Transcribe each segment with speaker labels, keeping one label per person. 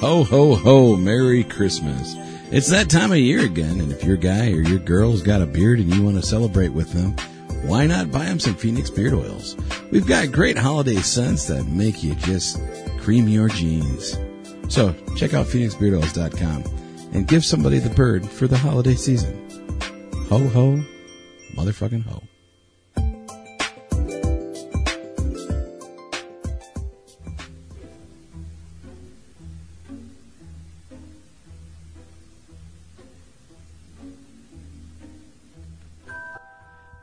Speaker 1: Ho, ho, ho, Merry Christmas. It's that time of year again, and if your guy or your girl's got a beard and you want to celebrate with them, why not buy them some Phoenix beard oils? We've got great holiday scents that make you just cream your jeans. So check out PhoenixBeardOils.com and give somebody the bird for the holiday season. Ho, ho, motherfucking ho.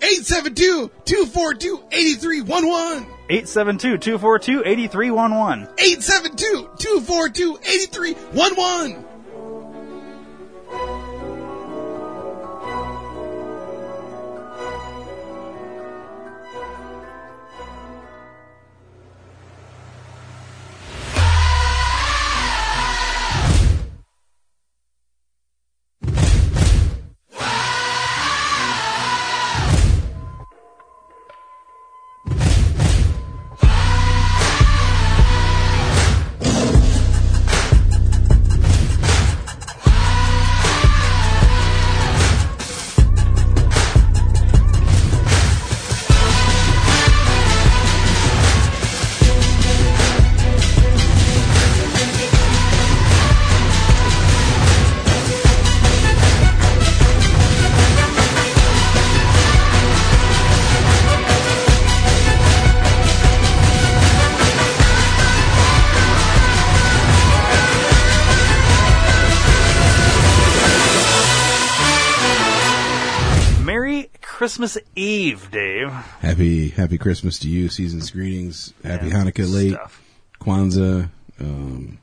Speaker 2: 872-242-8311.
Speaker 3: 872-242-8311.
Speaker 2: 872-242-8311.
Speaker 3: Merry Christmas Eve, Dave.
Speaker 1: Happy, happy Christmas to you. Season's greetings. Happy
Speaker 3: And
Speaker 1: Hanukkah late.
Speaker 3: stuff.
Speaker 1: Kwanzaa, um,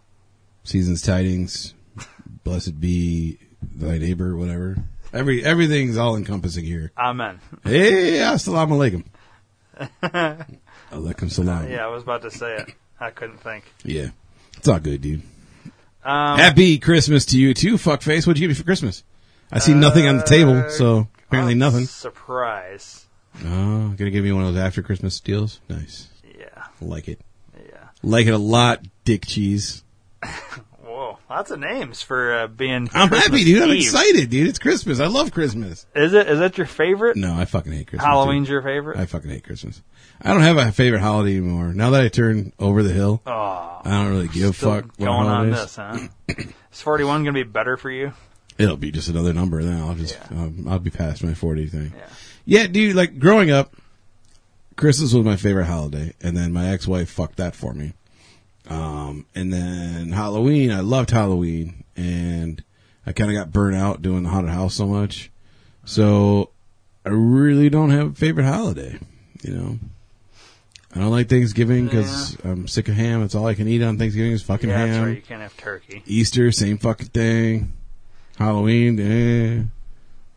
Speaker 1: season's tidings, blessed be thy neighbor, whatever. Every everything's all encompassing here.
Speaker 3: Amen.
Speaker 1: Hey, assalamu alaikum. alaikum salam.
Speaker 3: Yeah, I was about to say it. I couldn't think.
Speaker 1: Yeah. It's all good, dude.
Speaker 3: Um,
Speaker 1: Happy Christmas to you too, fuckface. What'd you give me for Christmas? I see nothing on the table, so apparently
Speaker 3: oh,
Speaker 1: nothing.
Speaker 3: Surprise.
Speaker 1: Oh, gonna give me one of those after Christmas deals? Nice.
Speaker 3: Yeah.
Speaker 1: Like it.
Speaker 3: Yeah.
Speaker 1: Like it a lot, dick cheese.
Speaker 3: Whoa, lots of names for uh, being.
Speaker 1: I'm
Speaker 3: Christmas
Speaker 1: happy, dude. I'm
Speaker 3: Eve.
Speaker 1: excited, dude. It's Christmas. I love Christmas.
Speaker 3: Is it? Is that your favorite?
Speaker 1: No, I fucking hate Christmas.
Speaker 3: Halloween's
Speaker 1: dude.
Speaker 3: your favorite.
Speaker 1: I fucking hate Christmas. I don't have a favorite holiday anymore. Now that I turn over the hill,
Speaker 3: oh,
Speaker 1: I don't really give a
Speaker 3: still
Speaker 1: fuck what
Speaker 3: going on this,
Speaker 1: holidays.
Speaker 3: huh? Is 41 going to be better for you?
Speaker 1: It'll be just another number. Then I'll just um, I'll be past my forty thing.
Speaker 3: Yeah.
Speaker 1: Yeah, dude. Like growing up, Christmas was my favorite holiday, and then my ex-wife fucked that for me. Um, and then Halloween, I loved Halloween, and I kind of got burnt out doing the haunted house so much. So I really don't have a favorite holiday. You know, I don't like Thanksgiving because I'm sick of ham. It's all I can eat on Thanksgiving is fucking
Speaker 3: yeah,
Speaker 1: ham.
Speaker 3: that's right. You can't have turkey.
Speaker 1: Easter, same fucking thing. Halloween, eh.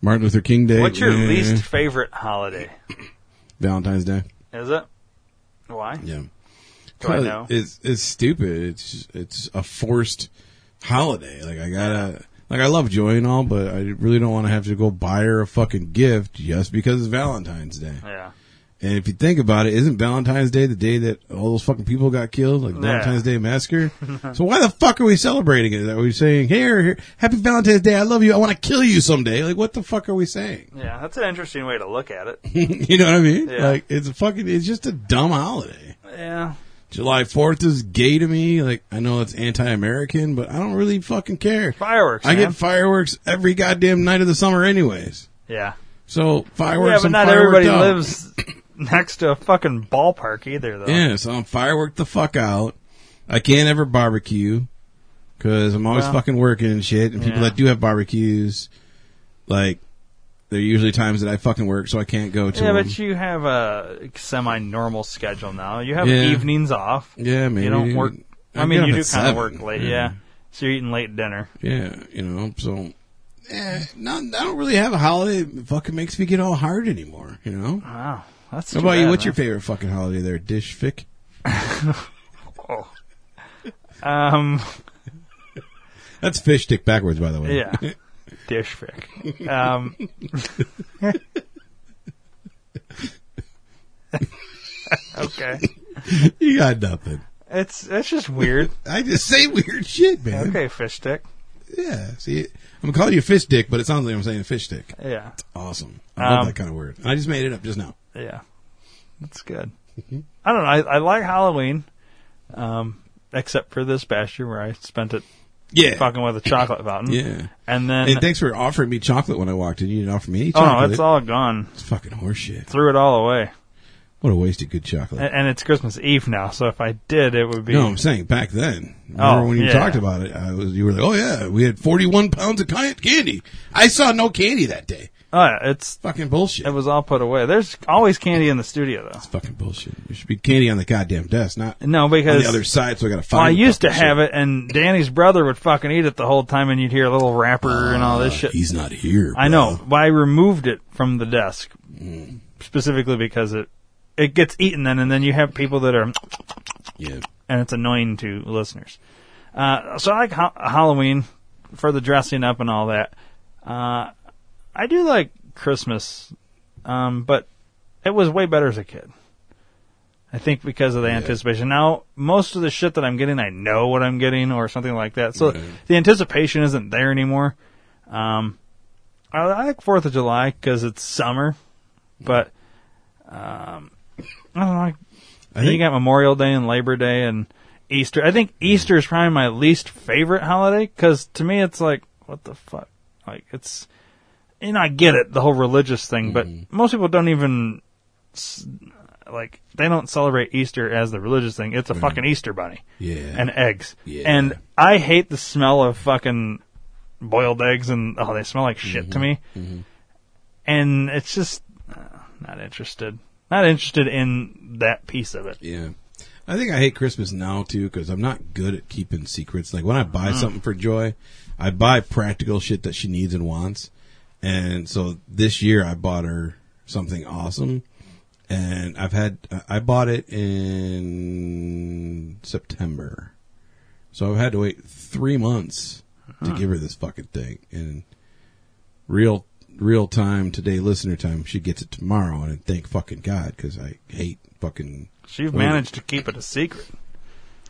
Speaker 1: Martin Luther King Day.
Speaker 3: What's your
Speaker 1: eh.
Speaker 3: least favorite holiday?
Speaker 1: Valentine's Day?
Speaker 3: Is it? Why?
Speaker 1: Yeah.
Speaker 3: Do I know?
Speaker 1: It's it's stupid. It's it's a forced holiday. Like I gotta like I love joy and all, but I really don't want to have to go buy her a fucking gift just because it's Valentine's Day.
Speaker 3: Yeah.
Speaker 1: And if you think about it, isn't Valentine's Day the day that all those fucking people got killed, like Valentine's Day massacre? so why the fuck are we celebrating it? Are we saying here, here, Happy Valentine's Day? I love you. I want to kill you someday. Like what the fuck are we saying?
Speaker 3: Yeah, that's an interesting way to look at it.
Speaker 1: you know what I mean?
Speaker 3: Yeah.
Speaker 1: Like it's a fucking, it's just a dumb holiday.
Speaker 3: yeah.
Speaker 1: July Fourth is gay to me. Like I know it's anti-American, but I don't really fucking care.
Speaker 3: Fireworks.
Speaker 1: I
Speaker 3: man.
Speaker 1: get fireworks every goddamn night of the summer, anyways.
Speaker 3: yeah.
Speaker 1: So
Speaker 3: Yeah,
Speaker 1: fireworks.
Speaker 3: but
Speaker 1: I'm
Speaker 3: not
Speaker 1: fireworked
Speaker 3: everybody
Speaker 1: out.
Speaker 3: lives next to a fucking ballpark either, though.
Speaker 1: Yeah, so I'm fireworked the fuck out. I can't ever barbecue because I'm always
Speaker 3: Well.
Speaker 1: fucking working and shit. And people
Speaker 3: Yeah.
Speaker 1: that do have barbecues, like, There are usually times that I fucking work, so I can't go to.
Speaker 3: Yeah,
Speaker 1: 'em.
Speaker 3: but you have a semi-normal schedule now. You have
Speaker 1: Yeah.
Speaker 3: evenings off.
Speaker 1: yeah, maybe
Speaker 3: You don't work. I,
Speaker 1: get
Speaker 3: mean,
Speaker 1: up
Speaker 3: you do
Speaker 1: at
Speaker 3: kind of
Speaker 1: seven.
Speaker 3: work
Speaker 1: Mm-hmm.
Speaker 3: late. Yeah. So you're eating late dinner.
Speaker 1: Yeah, you know, so eh, not, I don't really have a holiday. It fucking makes me get all hard anymore, you know? How
Speaker 3: Wow. That's
Speaker 1: Ah, about you? What's your favorite fucking holiday there, Dish Fick?
Speaker 3: your um
Speaker 1: That's fish stick backwards, by the way.
Speaker 3: yeah dish frick. Um, okay,
Speaker 1: you got nothing.
Speaker 3: it's it's just weird.
Speaker 1: I just say weird shit, man.
Speaker 3: Okay, fish stick.
Speaker 1: Yeah. See, I'm calling you fish dick, but it sounds like I'm saying fish stick.
Speaker 3: Yeah,
Speaker 1: Awesome. I love
Speaker 3: Um,
Speaker 1: that kind of word. I just made it up just now.
Speaker 3: yeah, that's good.
Speaker 1: Mm-hmm.
Speaker 3: I don't know. I, I like Halloween, um, except for this past year where I spent it
Speaker 1: Yeah.
Speaker 3: fucking with a chocolate fountain.
Speaker 1: Yeah.
Speaker 3: and then
Speaker 1: Hey, thanks for offering me chocolate when I walked in. You didn't offer me any
Speaker 3: oh
Speaker 1: chocolate.
Speaker 3: no, it's all gone.
Speaker 1: It's fucking horseshit.
Speaker 3: Threw it all away,
Speaker 1: What a waste of good chocolate.
Speaker 3: and, and it's Christmas Eve now. So if I did, it would be
Speaker 1: No, I'm saying back then. Remember
Speaker 3: Oh,
Speaker 1: when you
Speaker 3: yeah.
Speaker 1: talked about it, I was you were like, "Oh yeah, we had 41 pounds of ki- candy." I saw no candy that day.
Speaker 3: Oh, yeah, it's
Speaker 1: Fucking bullshit.
Speaker 3: it was all put away. There's always candy in the studio though.
Speaker 1: fucking bullshit. There should be candy on the goddamn desk, not on
Speaker 3: No, because
Speaker 1: the other side. So I got to find.
Speaker 3: well, I used to have it, and Danny's brother would fucking eat it the whole time, and you'd hear a little rapper and all this shit.
Speaker 1: He's not here.
Speaker 3: I know,
Speaker 1: bro.
Speaker 3: but I removed it from the desk specifically because it it gets eaten then, and then you have people that are
Speaker 1: Yeah.
Speaker 3: and it's annoying to listeners. Uh, so I like ha- Halloween for the dressing up and all that. Uh, I do like Christmas, um, but it was way better as a kid. I think because of the anticipation. Now, most of the shit that I'm getting, I know what I'm getting or something like that. So
Speaker 1: Right.
Speaker 3: the anticipation isn't there anymore. Um, I, I like Fourth of July because it's summer, but um, I don't know. I
Speaker 1: I
Speaker 3: and
Speaker 1: think
Speaker 3: you got Memorial Day and Labor Day and Easter. I think Easter is probably my least favorite holiday because to me it's like, what the fuck? Like it's, you know, I get it, the whole religious thing,
Speaker 1: Mm-hmm.
Speaker 3: but most people don't even s- like they don't celebrate Easter as the religious thing. It's a fucking Easter bunny
Speaker 1: yeah.
Speaker 3: and eggs.
Speaker 1: Yeah.
Speaker 3: And I hate the smell of fucking boiled eggs and oh, they smell like shit
Speaker 1: Mm-hmm.
Speaker 3: to me. And it's just uh, not interested. Not interested in that piece of it.
Speaker 1: yeah. I think I hate Christmas now too because I'm not good at keeping secrets. Like when I buy something for Joy, I buy practical shit that she needs and wants. And so this year I bought her something awesome. and I've had I bought it in September, so I've had to wait three months to give her this fucking thing. And real real time today, listener time, she gets it tomorrow, and thank fucking God because I hate fucking.
Speaker 3: So you've
Speaker 1: Wait.
Speaker 3: managed to keep it a secret.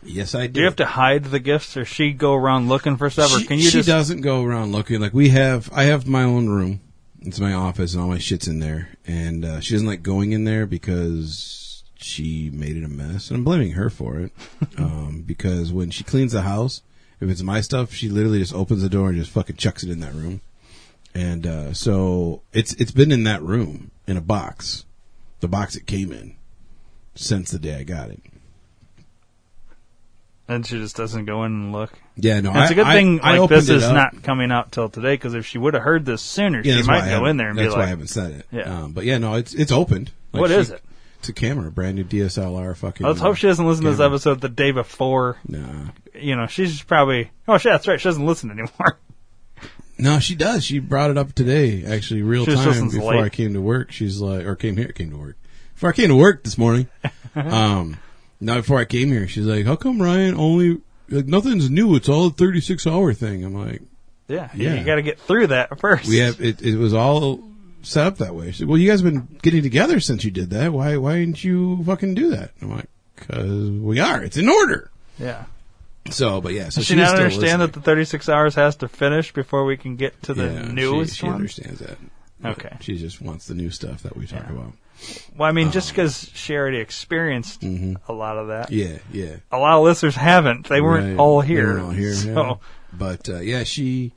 Speaker 1: Yes, I do.
Speaker 3: Do you have to hide the gifts, or she go around looking for stuff, or
Speaker 1: She,
Speaker 3: can you
Speaker 1: she
Speaker 3: just?
Speaker 1: doesn't go around looking like we have. I have my own room. It's my office, and all my shit's in there. And uh, she doesn't like going in there because she made it a mess, and I'm blaming her for it. um, because when she cleans the house, if it's my stuff, she literally just opens the door and just fucking chucks it in that room. And uh, so it's it's been in that room in a box, the box it came in, since the day I got it.
Speaker 3: And she just doesn't go in and look.
Speaker 1: Yeah, no,
Speaker 3: And it's
Speaker 1: I-
Speaker 3: a good
Speaker 1: I-
Speaker 3: thing
Speaker 1: I
Speaker 3: like
Speaker 1: opened
Speaker 3: this
Speaker 1: it
Speaker 3: is
Speaker 1: up.
Speaker 3: not coming out till today, because if she would have heard this sooner,
Speaker 1: Yeah,
Speaker 3: she
Speaker 1: that's why
Speaker 3: might
Speaker 1: I
Speaker 3: go
Speaker 1: haven't-
Speaker 3: in there and
Speaker 1: that's
Speaker 3: be
Speaker 1: why I
Speaker 3: like,
Speaker 1: haven't said it.
Speaker 3: Yeah.
Speaker 1: Um, but yeah, no, it's it's opened. Like
Speaker 3: "What
Speaker 1: she-
Speaker 3: is it?"
Speaker 1: It's a camera, brand new DSLR. Fucking.
Speaker 3: Let's hope she doesn't listen to this
Speaker 1: camera.
Speaker 3: episode the day before.
Speaker 1: Nah.
Speaker 3: You know, she's probably. Oh shit, that's right. She doesn't listen anymore.
Speaker 1: No, she does. She brought it up today, actually, real
Speaker 3: She just
Speaker 1: time
Speaker 3: listens
Speaker 1: before
Speaker 3: late.
Speaker 1: I came to work. She's like, or came here, came to work. Before I came to work this morning, um, now before I came here, she's like, "How come Ryan only like nothing's new? It's all a thirty-six hour thing." I'm like,
Speaker 3: yeah,
Speaker 1: Yeah.
Speaker 3: you got to get through that first.
Speaker 1: "We have it. It was all set up that way." She said, "Well, you guys have been getting together since you did that. Why? Why didn't you fucking do that?" I'm like, "Cause we are. It's in order."
Speaker 3: Yeah.
Speaker 1: So, but yeah, so
Speaker 3: Does she,
Speaker 1: is
Speaker 3: not
Speaker 1: still
Speaker 3: understand
Speaker 1: listening.
Speaker 3: that the 36 hours has to finish before we can get to the
Speaker 1: Yeah,
Speaker 3: newest
Speaker 1: She, she
Speaker 3: one?
Speaker 1: understands that. But
Speaker 3: Okay.
Speaker 1: She just wants the new stuff that we talk
Speaker 3: Yeah.
Speaker 1: about.
Speaker 3: Well, I mean, just because she already experienced a lot of that,
Speaker 1: Oh. Mm-hmm. Yeah, yeah.
Speaker 3: a lot of listeners haven't. They weren't
Speaker 1: Right.
Speaker 3: all
Speaker 1: They
Speaker 3: here.
Speaker 1: weren't all here,
Speaker 3: So,
Speaker 1: yeah. But uh, yeah, she.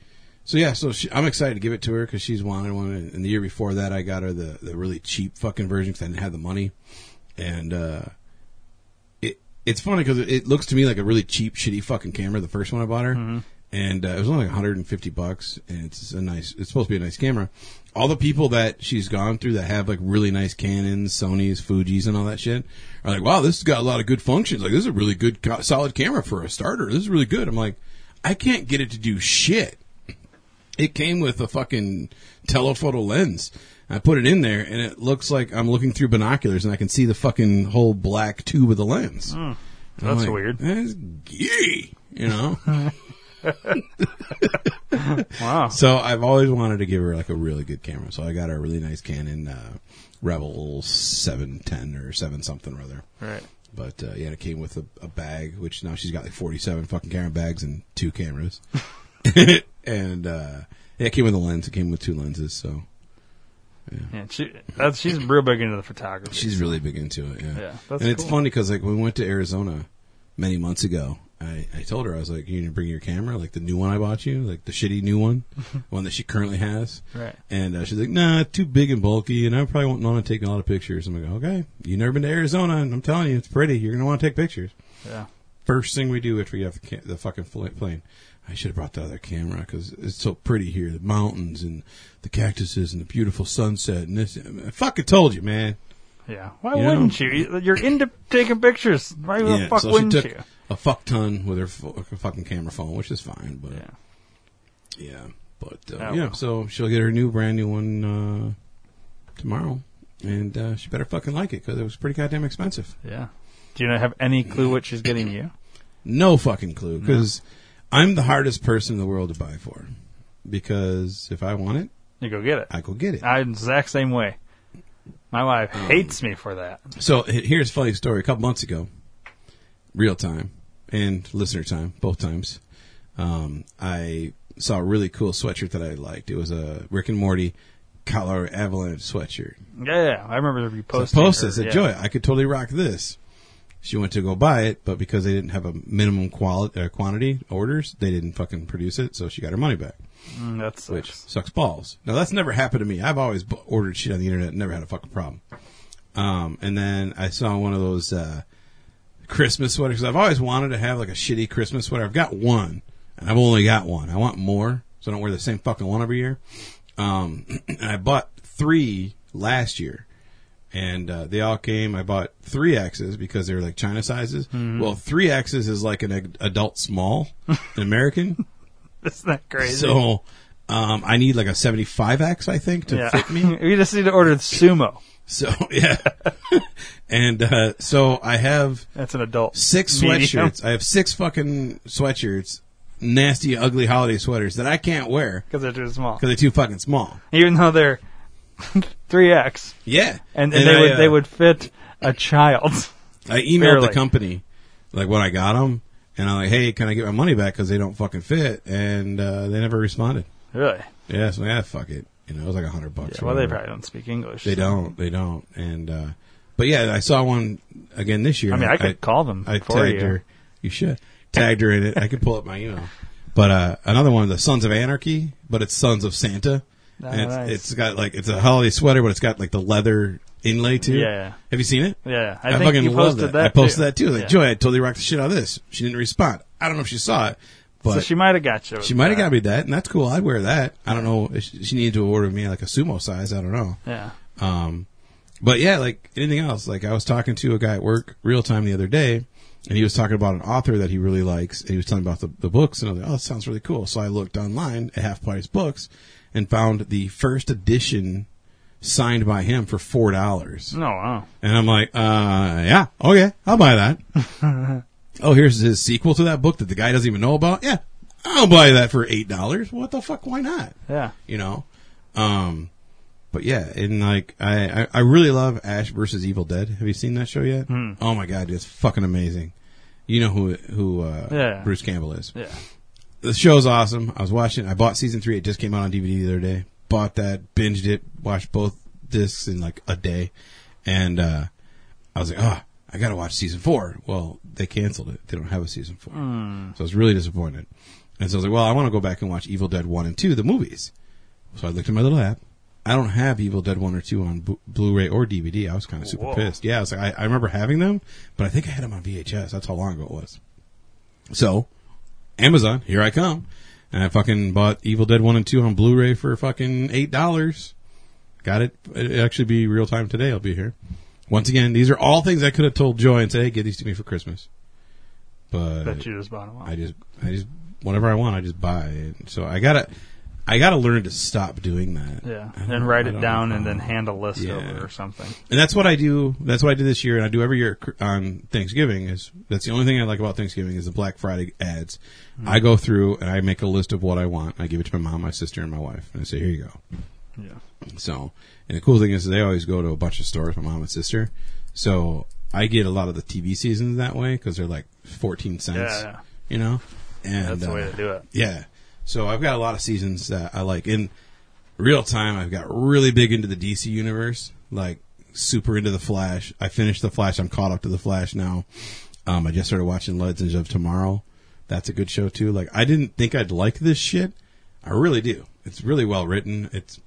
Speaker 1: So yeah, so she, I'm excited to give it to her because she's wanted one. And and the year before that, I got her the the really cheap fucking version because I didn't have the money. And uh, it it's funny because it, it looks to me like a really cheap, shitty fucking camera. The first one I bought her, and uh, it was only like 150 bucks, and it's a nice. It's supposed to be a nice camera. All the people that she's gone through that have like really nice Canons, Sony's, Fuji's, and all that shit are like, wow, this has got a lot of good functions. Like, this is a really good, co- solid camera for a starter. This is really good. I'm like, I can't get it to do shit. It came with a fucking telephoto lens. I put it in there, and it looks like I'm looking through binoculars, and I can see the fucking whole black tube of the lens. And I'm
Speaker 3: That's
Speaker 1: like,
Speaker 3: weird.
Speaker 1: That's gay, you know.
Speaker 3: Wow.
Speaker 1: So I've always wanted to give her like a really good camera. So I got her a really nice Canon uh, Rebel seven ten or seven something or other.
Speaker 3: Right.
Speaker 1: But uh, yeah, it came with a, a bag, which now she's got like forty seven fucking camera bags and two cameras. and uh, yeah, it came with a lens. It came with two lenses. So
Speaker 3: Yeah, she, that's, she's real big into the photography.
Speaker 1: she's really big into it. Yeah,
Speaker 3: Yeah, that's
Speaker 1: and it's
Speaker 3: cool.
Speaker 1: funny because like when we went to Arizona many months ago. I, I told her I was like, you need to bring your camera, like the new one I bought you, like the shitty new one, one that she currently has.
Speaker 3: right.
Speaker 1: And uh, she's like, nah, too big and bulky, and I probably won't want to take a lot of pictures. I'm like, okay, you never been to Arizona, and I'm telling you, it's pretty. You're going to want to take pictures.
Speaker 3: Yeah.
Speaker 1: First thing we do after we get off the, ca- the fucking fl- plane, I should have brought the other camera because it's so pretty here. The mountains and the cactuses and the beautiful sunset and this. I fucking told you, man.
Speaker 3: Yeah. Why
Speaker 1: You know?
Speaker 3: wouldn't you? You're into taking pictures. Why the fuck
Speaker 1: so she
Speaker 3: wouldn't
Speaker 1: took
Speaker 3: you?
Speaker 1: a fuck ton with her fu- fucking camera phone, which is fine, but
Speaker 3: Yeah.
Speaker 1: Yeah, but uh,
Speaker 3: Oh,
Speaker 1: yeah,
Speaker 3: well.
Speaker 1: so she'll get her new brand new one uh, tomorrow, and uh, she better fucking like it because it was pretty goddamn expensive.
Speaker 3: Yeah. Do you not have any clue what she's getting you?
Speaker 1: No fucking clue because I'm the hardest person in the world to buy for because if I want it,
Speaker 3: You go get it.
Speaker 1: I go get it.
Speaker 3: I'm the exact same way. My wife hates me for that.
Speaker 1: So h- here's a funny story. A couple months ago, real time and listener time, both times, um, I saw a really cool sweatshirt that I liked. It was a Rick and Morty Colorado Avalanche sweatshirt.
Speaker 3: Yeah, I remember you
Speaker 1: So
Speaker 3: posted.
Speaker 1: I posted. I said,
Speaker 3: yeah.
Speaker 1: Joy, I could totally rock this. She went to go buy it, but because they didn't have a minimum quality uh, quantity orders, they didn't fucking produce it, so she got her money back,
Speaker 3: Mm, that sucks.
Speaker 1: which sucks balls. Now that's never happened to me. I've always b- ordered shit on the internet, and never had a fucking problem. Um, and then I saw one of those uh, Christmas sweaters. I've always wanted to have like a shitty Christmas sweater. I've got one, and I've only got one. I want more, so I don't wear the same fucking one every year. Um, and I bought three last year, and uh, they all came. I bought three X's because they were like China sizes. Well, three X's is like an ad- adult small, an American.
Speaker 3: Isn't that crazy?
Speaker 1: so um, I need like a 75X, I think, to
Speaker 3: yeah.
Speaker 1: fit me.
Speaker 3: we just need to order sumo.
Speaker 1: So yeah, and uh, so I have
Speaker 3: That's an adult.
Speaker 1: six
Speaker 3: medium.
Speaker 1: sweatshirts. I have six fucking sweatshirts, nasty, ugly holiday sweaters that I can't wear
Speaker 3: Because they're too small.
Speaker 1: because they're too fucking small.
Speaker 3: Even though they're 3X.
Speaker 1: Yeah,
Speaker 3: And, and, they,
Speaker 1: I,
Speaker 3: would,
Speaker 1: uh,
Speaker 3: they would fit a child.
Speaker 1: I emailed
Speaker 3: Barely.
Speaker 1: the company, like when I got them, and I'm like, "Hey, can I get my money back? Because they don't fucking fit." And uh, they never responded.
Speaker 3: really?
Speaker 1: Yeah, so yeah, fuck it. You know, it was like a hundred bucks.
Speaker 3: Yeah,
Speaker 1: or
Speaker 3: well, they
Speaker 1: whatever.
Speaker 3: probably don't speak English.
Speaker 1: they don't, they don't. And uh, but yeah, I saw one again this year.
Speaker 3: I mean,
Speaker 1: and
Speaker 3: I could call them
Speaker 1: I
Speaker 3: for
Speaker 1: tagged
Speaker 3: you.
Speaker 1: her. You should tagged her in it. I could pull up my email. But uh, another one, the Sons of Anarchy, but it's Sons of Santa,
Speaker 3: Ah,
Speaker 1: and it's,
Speaker 3: nice.
Speaker 1: it's got like it's a holiday sweater, but it's got like the leather inlay too.
Speaker 3: Yeah.
Speaker 1: Have you seen it?
Speaker 3: Yeah, I,
Speaker 1: I,
Speaker 3: think
Speaker 1: fucking
Speaker 3: you posted
Speaker 1: love
Speaker 3: that.
Speaker 1: I posted
Speaker 3: too.
Speaker 1: that too. Like,
Speaker 3: Yeah.
Speaker 1: Joy, I totally rocked the shit out of this. She didn't respond. I don't know if she saw it, but
Speaker 3: So
Speaker 1: she,
Speaker 3: she might have got you. with
Speaker 1: might have
Speaker 3: that.
Speaker 1: got me that, and that's cool. I'd wear that. I don't know. if She, she needed to order me like a sumo size. I don't know.
Speaker 3: Yeah.
Speaker 1: Um, but yeah, like anything else, like I was talking to a guy at work real time the other day, and he was talking about an author that he really likes, and he was telling me about the, the books, and I was like, oh, that sounds really cool. So I looked online at Half Price Books and found the first edition signed by him for four dollars.
Speaker 3: No, wow.
Speaker 1: And I'm like, uh, yeah, okay, I'll buy that. oh, here's his sequel to that book that the guy doesn't even know about. Yeah, I'll buy that for eight dollars. What the fuck? Why not?
Speaker 3: Yeah.
Speaker 1: You know, um, but yeah, and like I, I, I really love Ash versus Evil Dead. Have you seen that show yet?
Speaker 3: Hmm.
Speaker 1: Oh my god, it's fucking amazing. You know who who uh,
Speaker 3: Yeah.
Speaker 1: Bruce Campbell is.
Speaker 3: Yeah.
Speaker 1: The show's awesome. I was watching. I bought season three. It just came out on DVD the other day. Bought that, binged it, watched both discs in like a day, and uh, I was like, ah, I gotta watch season four. Well, they canceled it. They don't have a season four, so I was really disappointed. And so I was like, well, I want to go back and watch Evil Dead one and two, the movies. So I looked at my little app. I don't have Evil Dead one or two on B- Blu-ray or DVD. I was kind of super
Speaker 3: Whoa.
Speaker 1: pissed. Yeah, I was like, I, I remember having them, but I think I had them on VHS. That's how long ago it was. So Amazon, here I come. And I fucking bought Evil Dead 1 and 2 on Blu-ray for fucking $8. Got it. It'll actually be real time today. I'll be here. Once again, these are all things I could have told Joy and said, hey, get these to me for Christmas. But
Speaker 3: that you just bought them off.
Speaker 1: I just, I just, whenever I want, I just buy it. So I gotta, I gotta learn to stop doing that.
Speaker 3: yeah,
Speaker 1: I don't-
Speaker 3: and write
Speaker 1: I
Speaker 3: it
Speaker 1: don't
Speaker 3: down and
Speaker 1: know.
Speaker 3: then hand a list
Speaker 1: Yeah.
Speaker 3: over or something.
Speaker 1: And that's what I do. That's what I do this year, and I do every year cr- on Thanksgiving. Is that's the only thing I like about Thanksgiving is the Black Friday ads.
Speaker 3: Mm-hmm.
Speaker 1: I go through and I make a list of what I want. I give it to my mom, my sister, and my wife, and I say, "Here you go."
Speaker 3: Yeah,
Speaker 1: So, and the cool thing is they always go to a bunch of stores, my mom and sister. So I get a lot of the TV seasons that way because they're like fourteen cents,
Speaker 3: Yeah, yeah.
Speaker 1: you know. And
Speaker 3: that's the way
Speaker 1: uh,
Speaker 3: to do it.
Speaker 1: yeah. So I've got a lot of seasons that I like. In real time, I've got really big into the DC universe, like super into the Flash. I finished the Flash. I'm caught up to the Flash now. Um, I just started watching Legends of Tomorrow. That's a good show too. Like I didn't think I'd like this shit. I really do. It's really well written. It's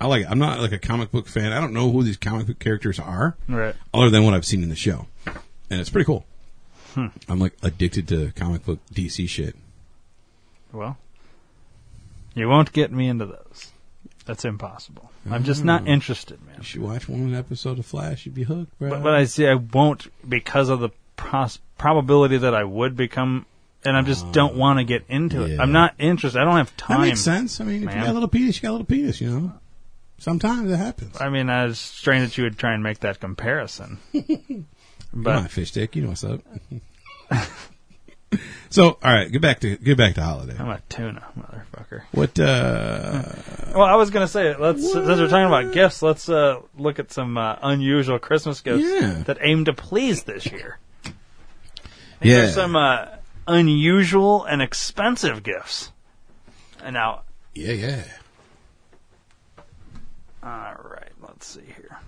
Speaker 1: I like it. I'm not like a comic book fan. I don't know who these comic book characters are
Speaker 3: Right.
Speaker 1: other than what I've seen in the show. And it's pretty cool. I'm like addicted to comic book DC shit.
Speaker 3: Well, you won't get me into those. That's impossible. I'm just not interested, man.
Speaker 1: Mm. You should watch one episode of Flash. You'd be hooked, bro.
Speaker 3: But, but I see I won't because of the pros- probability that I would become, and I just don't want to get into it.
Speaker 1: Uh, yeah.
Speaker 3: I'm not interested. I don't have time.
Speaker 1: that makes sense. I mean, if you
Speaker 3: man.
Speaker 1: got a little penis, you got a little penis. You know, sometimes it happens.
Speaker 3: I mean, I was strange that you would try and make that comparison.
Speaker 1: Come on,
Speaker 3: but
Speaker 1: fish dick. You know what's up. so, all right, get back to get back to holiday.
Speaker 3: I'm a tuna, motherfucker.
Speaker 1: What? uh
Speaker 3: Well, I was gonna say, let's since we're talking about gifts, let's uh, look at some uh, unusual Christmas gifts
Speaker 1: Yeah.
Speaker 3: that aim to please this year.
Speaker 1: Yeah.
Speaker 3: There's some uh, unusual and expensive gifts. And now,
Speaker 1: Yeah, yeah.
Speaker 3: all right, let's see here.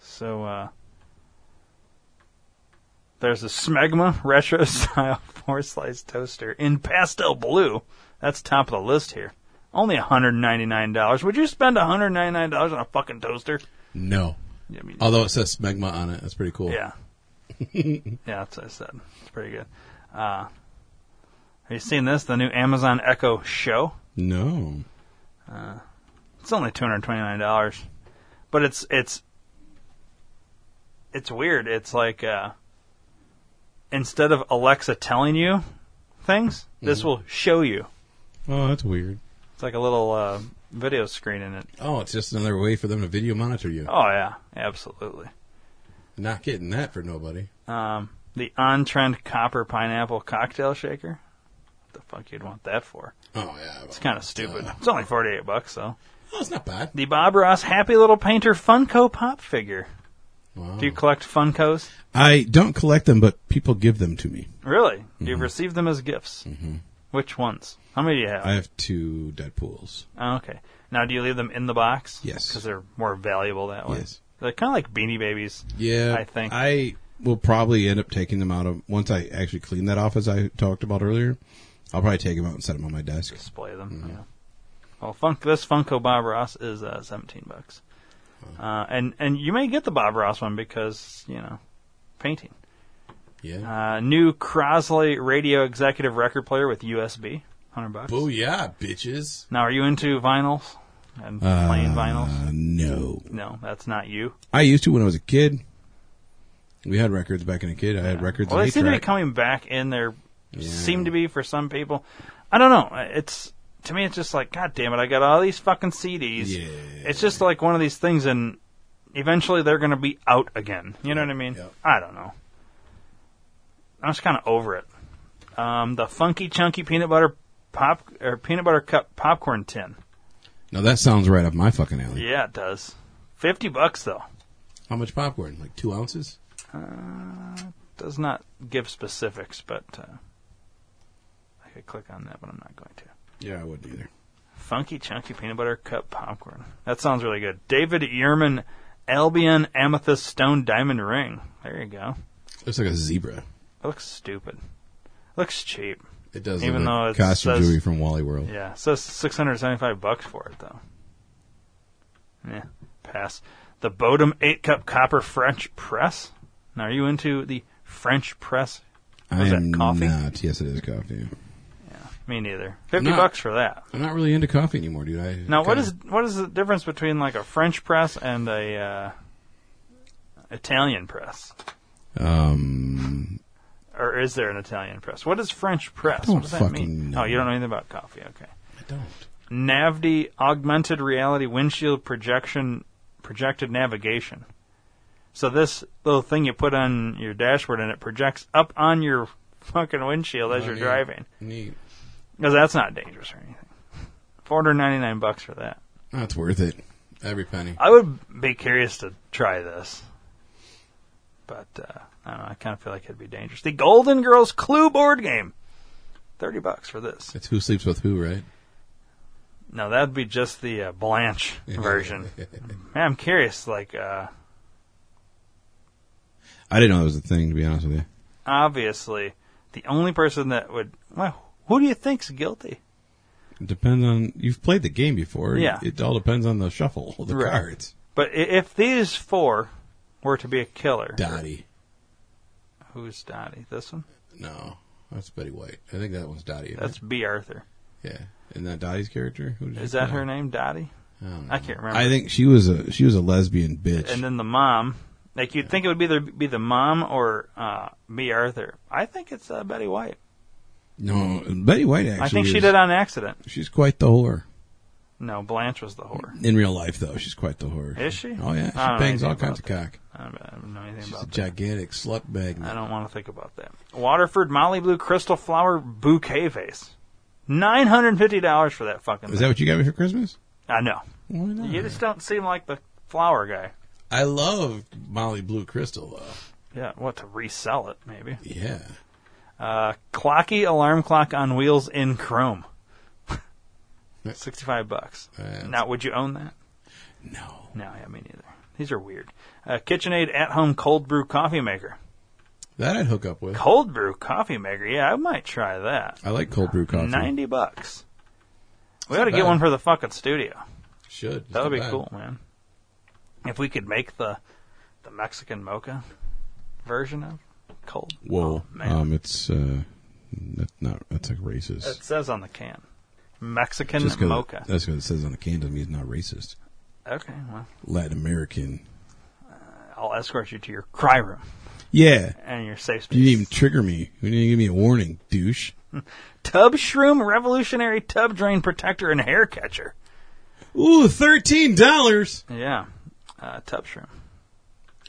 Speaker 3: So uh, there's a Smegma retro style four slice toaster in pastel blue. That's top of the list here. Only $199. Would you spend $199 on a fucking toaster?
Speaker 1: No.
Speaker 3: I mean,
Speaker 1: Although it says smegma on it, that's pretty cool.
Speaker 3: Yeah. yeah, that's what I said. It's pretty good. Uh, have you seen this? The new Amazon Echo Show?
Speaker 1: No.
Speaker 3: It's only two hundred twenty nine dollars, but it's it's it's weird. It's like uh, instead of Alexa telling you things, this will show you.
Speaker 1: Oh, that's weird.
Speaker 3: It's like a little uh, video screen in it.
Speaker 1: Oh, it's just another way for them to video monitor you.
Speaker 3: Oh yeah, absolutely.
Speaker 1: Not getting that for nobody.
Speaker 3: Um, the on trend copper pineapple cocktail shaker. What the fuck you'd want that for?
Speaker 1: Oh yeah.
Speaker 3: It's kind of stupid. It's only forty eight bucks though.
Speaker 1: Oh, it's not bad.
Speaker 3: The Bob Ross Happy Little Painter Funko Pop figure.
Speaker 1: Wow.
Speaker 3: Do you collect Funkos?
Speaker 1: I don't collect them, but people give them to me.
Speaker 3: Really?
Speaker 1: Mm-hmm.
Speaker 3: You've received them as gifts. Which ones? How many do you have?
Speaker 1: I have two Deadpool's.
Speaker 3: Oh, okay. Now, do you leave them in the box?
Speaker 1: Yes.
Speaker 3: Because they're more valuable that way.
Speaker 1: Yes.
Speaker 3: They're kind of like Beanie Babies.
Speaker 1: Yeah,
Speaker 3: I think.
Speaker 1: I will probably end up taking them out of once I actually clean that off, as I talked about earlier. I'll probably take them out and set them on my desk.
Speaker 3: Display them.
Speaker 1: Mm-hmm.
Speaker 3: Yeah. Well, funk this Funko Bob Ross is uh, seventeen bucks, uh, and and you may get the Bob Ross one because you know painting.
Speaker 1: Yeah.
Speaker 3: Uh, new Crosley Radio Executive Record Player with USB, hundred bucks.
Speaker 1: Oh, yeah, bitches.
Speaker 3: Now, are you into vinyls and playing vinyls?
Speaker 1: Uh, no,
Speaker 3: No, that's not you.
Speaker 1: I used to when I was a kid. We had records back in a kid. I had records.
Speaker 3: Well,
Speaker 1: on
Speaker 3: they seem to be
Speaker 1: eight-track.
Speaker 3: coming back in there. Seem to be for some people. I don't know. It's to me, it's just like, God damn it! I got all these fucking CDs.
Speaker 1: Yeah.
Speaker 3: It's just like one of these things, and eventually they're going to be out again. You know what I mean?
Speaker 1: Yep.
Speaker 3: I don't know. I'm just kind of over it. Um, the funky chunky peanut butter pop or peanut butter cup popcorn tin.
Speaker 1: Now that sounds right up my fucking alley.
Speaker 3: Yeah, it does. Fifty bucks though.
Speaker 1: How much popcorn? Like two ounces?
Speaker 3: Uh, does not give specifics, but uh, I could click on that, but I'm not going to.
Speaker 1: Yeah, I wouldn't either.
Speaker 3: Funky Chunky Peanut Butter Cup Popcorn. That sounds really good. David Ehrman Albion Amethyst Stone Diamond Ring. There you go.
Speaker 1: Looks like a zebra.
Speaker 3: It looks stupid. looks cheap.
Speaker 1: It does.
Speaker 3: Even
Speaker 1: look
Speaker 3: though
Speaker 1: like
Speaker 3: it
Speaker 1: costume
Speaker 3: says-
Speaker 1: jewelry from Wally World.
Speaker 3: Yeah, it says 675 bucks for it though. Yeah, pass. The Bodum 8 cup copper French press. Now, are you into the French press?
Speaker 1: I
Speaker 3: Was that
Speaker 1: am
Speaker 3: coffee?
Speaker 1: Ah, not. Yes, it is coffee.
Speaker 3: Me neither. Fifty
Speaker 1: No.
Speaker 3: bucks for that.
Speaker 1: I'm not really into coffee anymore, dude. I
Speaker 3: Now, what
Speaker 1: kinda-
Speaker 3: is what is the difference between like a French press and a uh, Italian press?
Speaker 1: um
Speaker 3: Or is there an Italian press? What is French press?
Speaker 1: don't
Speaker 3: What does that
Speaker 1: fucking
Speaker 3: mean?
Speaker 1: know.
Speaker 3: Oh, you don't know anything about coffee. Okay.
Speaker 1: I don't.
Speaker 3: Navdi augmented reality windshield projection projected navigation. So this little thing you put on your dashboard and it projects up on your fucking windshield as
Speaker 1: Oh,
Speaker 3: you're
Speaker 1: neat.
Speaker 3: driving
Speaker 1: Neat.
Speaker 3: because that's not dangerous or anything. Four hundred ninety nine bucks for that.
Speaker 1: That's worth it. Every penny.
Speaker 3: I would be curious to try this, but uh, I don't know. I kind of feel like it'd be dangerous. The Golden Girls Clue board game, thirty bucks for this.
Speaker 1: It's who sleeps with who, right?
Speaker 3: No, that'd be just the uh, Blanche version. Man, I'm curious. Like, uh,
Speaker 1: I didn't know that was a thing, to be honest with you.
Speaker 3: obviously, the only person that would well, who do you think's guilty?
Speaker 1: It depends on you've played the game before.
Speaker 3: Yeah.
Speaker 1: It all depends on the shuffle, of the
Speaker 3: Right.
Speaker 1: cards.
Speaker 3: But i- if these four were to be a killer,
Speaker 1: Dottie.
Speaker 3: who's Dottie? This one?
Speaker 1: No. That's Betty White. I think that was Dottie. isn't
Speaker 3: That's
Speaker 1: it?
Speaker 3: B. Arthur.
Speaker 1: yeah. Isn't that Dottie's character? Who did
Speaker 3: Is
Speaker 1: you
Speaker 3: that
Speaker 1: play?
Speaker 3: her name, Dottie?
Speaker 1: I, don't know.
Speaker 3: I can't remember.
Speaker 1: I think she was a she was a lesbian bitch.
Speaker 3: and then the mom. Like you'd think it would either be the mom or uh, B. Arthur. I think it's uh, Betty White.
Speaker 1: no, Betty White actually.
Speaker 3: I think she
Speaker 1: is-
Speaker 3: did on accident.
Speaker 1: She's quite the whore.
Speaker 3: No, Blanche was the whore.
Speaker 1: In real life, though, she's quite the whore.
Speaker 3: Is she?
Speaker 1: Oh yeah, she
Speaker 3: I don't know
Speaker 1: bangs all
Speaker 3: anything
Speaker 1: kinds of
Speaker 3: about
Speaker 1: cock.
Speaker 3: I don't, I don't know anything
Speaker 1: She's a
Speaker 3: about that.
Speaker 1: gigantic slut bag.
Speaker 3: I don't want to think about that. Waterford Molly Blue Crystal Flower Bouquet Vase. Nine hundred and fifty dollars for that fucking.
Speaker 1: Is
Speaker 3: thing.
Speaker 1: that what you got me for Christmas?
Speaker 3: I know.
Speaker 1: Why not?
Speaker 3: You just don't seem like the flower guy.
Speaker 1: I love Molly Blue Crystal though.
Speaker 3: Yeah, what to resell it maybe?
Speaker 1: Yeah,
Speaker 3: Uh, clocky alarm clock on wheels in chrome. Sixty-five bucks.
Speaker 1: That's-
Speaker 3: Now, would you own that?
Speaker 1: no,
Speaker 3: No, yeah, me neither. These are weird. Uh, KitchenAid at home cold brew coffee maker.
Speaker 1: that I'd hook up with.
Speaker 3: Cold brew coffee maker. Yeah, I might try that.
Speaker 1: I like cold brew coffee.
Speaker 3: Ninety bucks. We ought to get
Speaker 1: bad.
Speaker 3: one for the fucking studio.
Speaker 1: Should It's
Speaker 3: That
Speaker 1: not
Speaker 3: would be
Speaker 1: bad.
Speaker 3: cool, man. If we could make the the Mexican mocha version of cold.
Speaker 1: Well,
Speaker 3: Oh, man.
Speaker 1: um, it's uh, that's not that's like racist.
Speaker 3: It says on the can, Mexican
Speaker 1: Just 'cause-
Speaker 3: Uh, mocha.
Speaker 1: That's because it says on the can doesn't mean it's not racist.
Speaker 3: Okay, well,
Speaker 1: Latin American.
Speaker 3: I'll escort you to your cry room
Speaker 1: Yeah,
Speaker 3: and your safe space.
Speaker 1: you didn't even trigger me. You didn't even give me a warning, douche.
Speaker 3: Tub Shroom Revolutionary Tub Drain Protector and Hair Catcher.
Speaker 1: Ooh, thirteen dollars.
Speaker 3: Yeah. Uh, tub shrimp.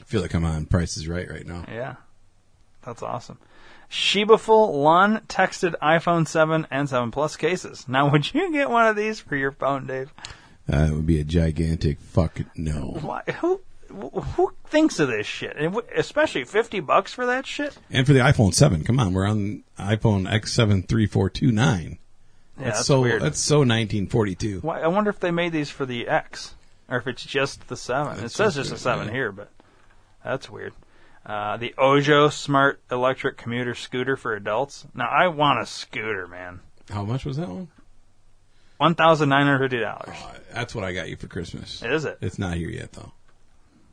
Speaker 1: I feel like I'm on Price is Right right now.
Speaker 3: Yeah. That's awesome. Shebaful Lon texted iPhone 7 and 7 Plus cases. Now, would you get one of these for your phone, Dave?
Speaker 1: Uh, it would be a gigantic fuck no.
Speaker 3: Why? Who? Who thinks of this shit? And wh- especially fifty bucks for that shit.
Speaker 1: And for the iPhone 7, come on, we're on iPhone X7 3429.
Speaker 3: Yeah,
Speaker 1: that's,
Speaker 3: that's,
Speaker 1: so
Speaker 3: weird.
Speaker 1: that's so 1942.
Speaker 3: Why, I wonder if they made these for the X, or if it's just the seven. It
Speaker 1: That's
Speaker 3: says
Speaker 1: just
Speaker 3: just a
Speaker 1: it,
Speaker 3: seven
Speaker 1: yeah.
Speaker 3: here, but that's weird. Uh, the Ojo Smart Electric Commuter Scooter for adults. Now I want a scooter, man.
Speaker 1: How much was that one?
Speaker 3: One thousand nine hundred fifty dollars.
Speaker 1: Uh, that's what I got you for Christmas.
Speaker 3: Is it?
Speaker 1: It's not here yet though.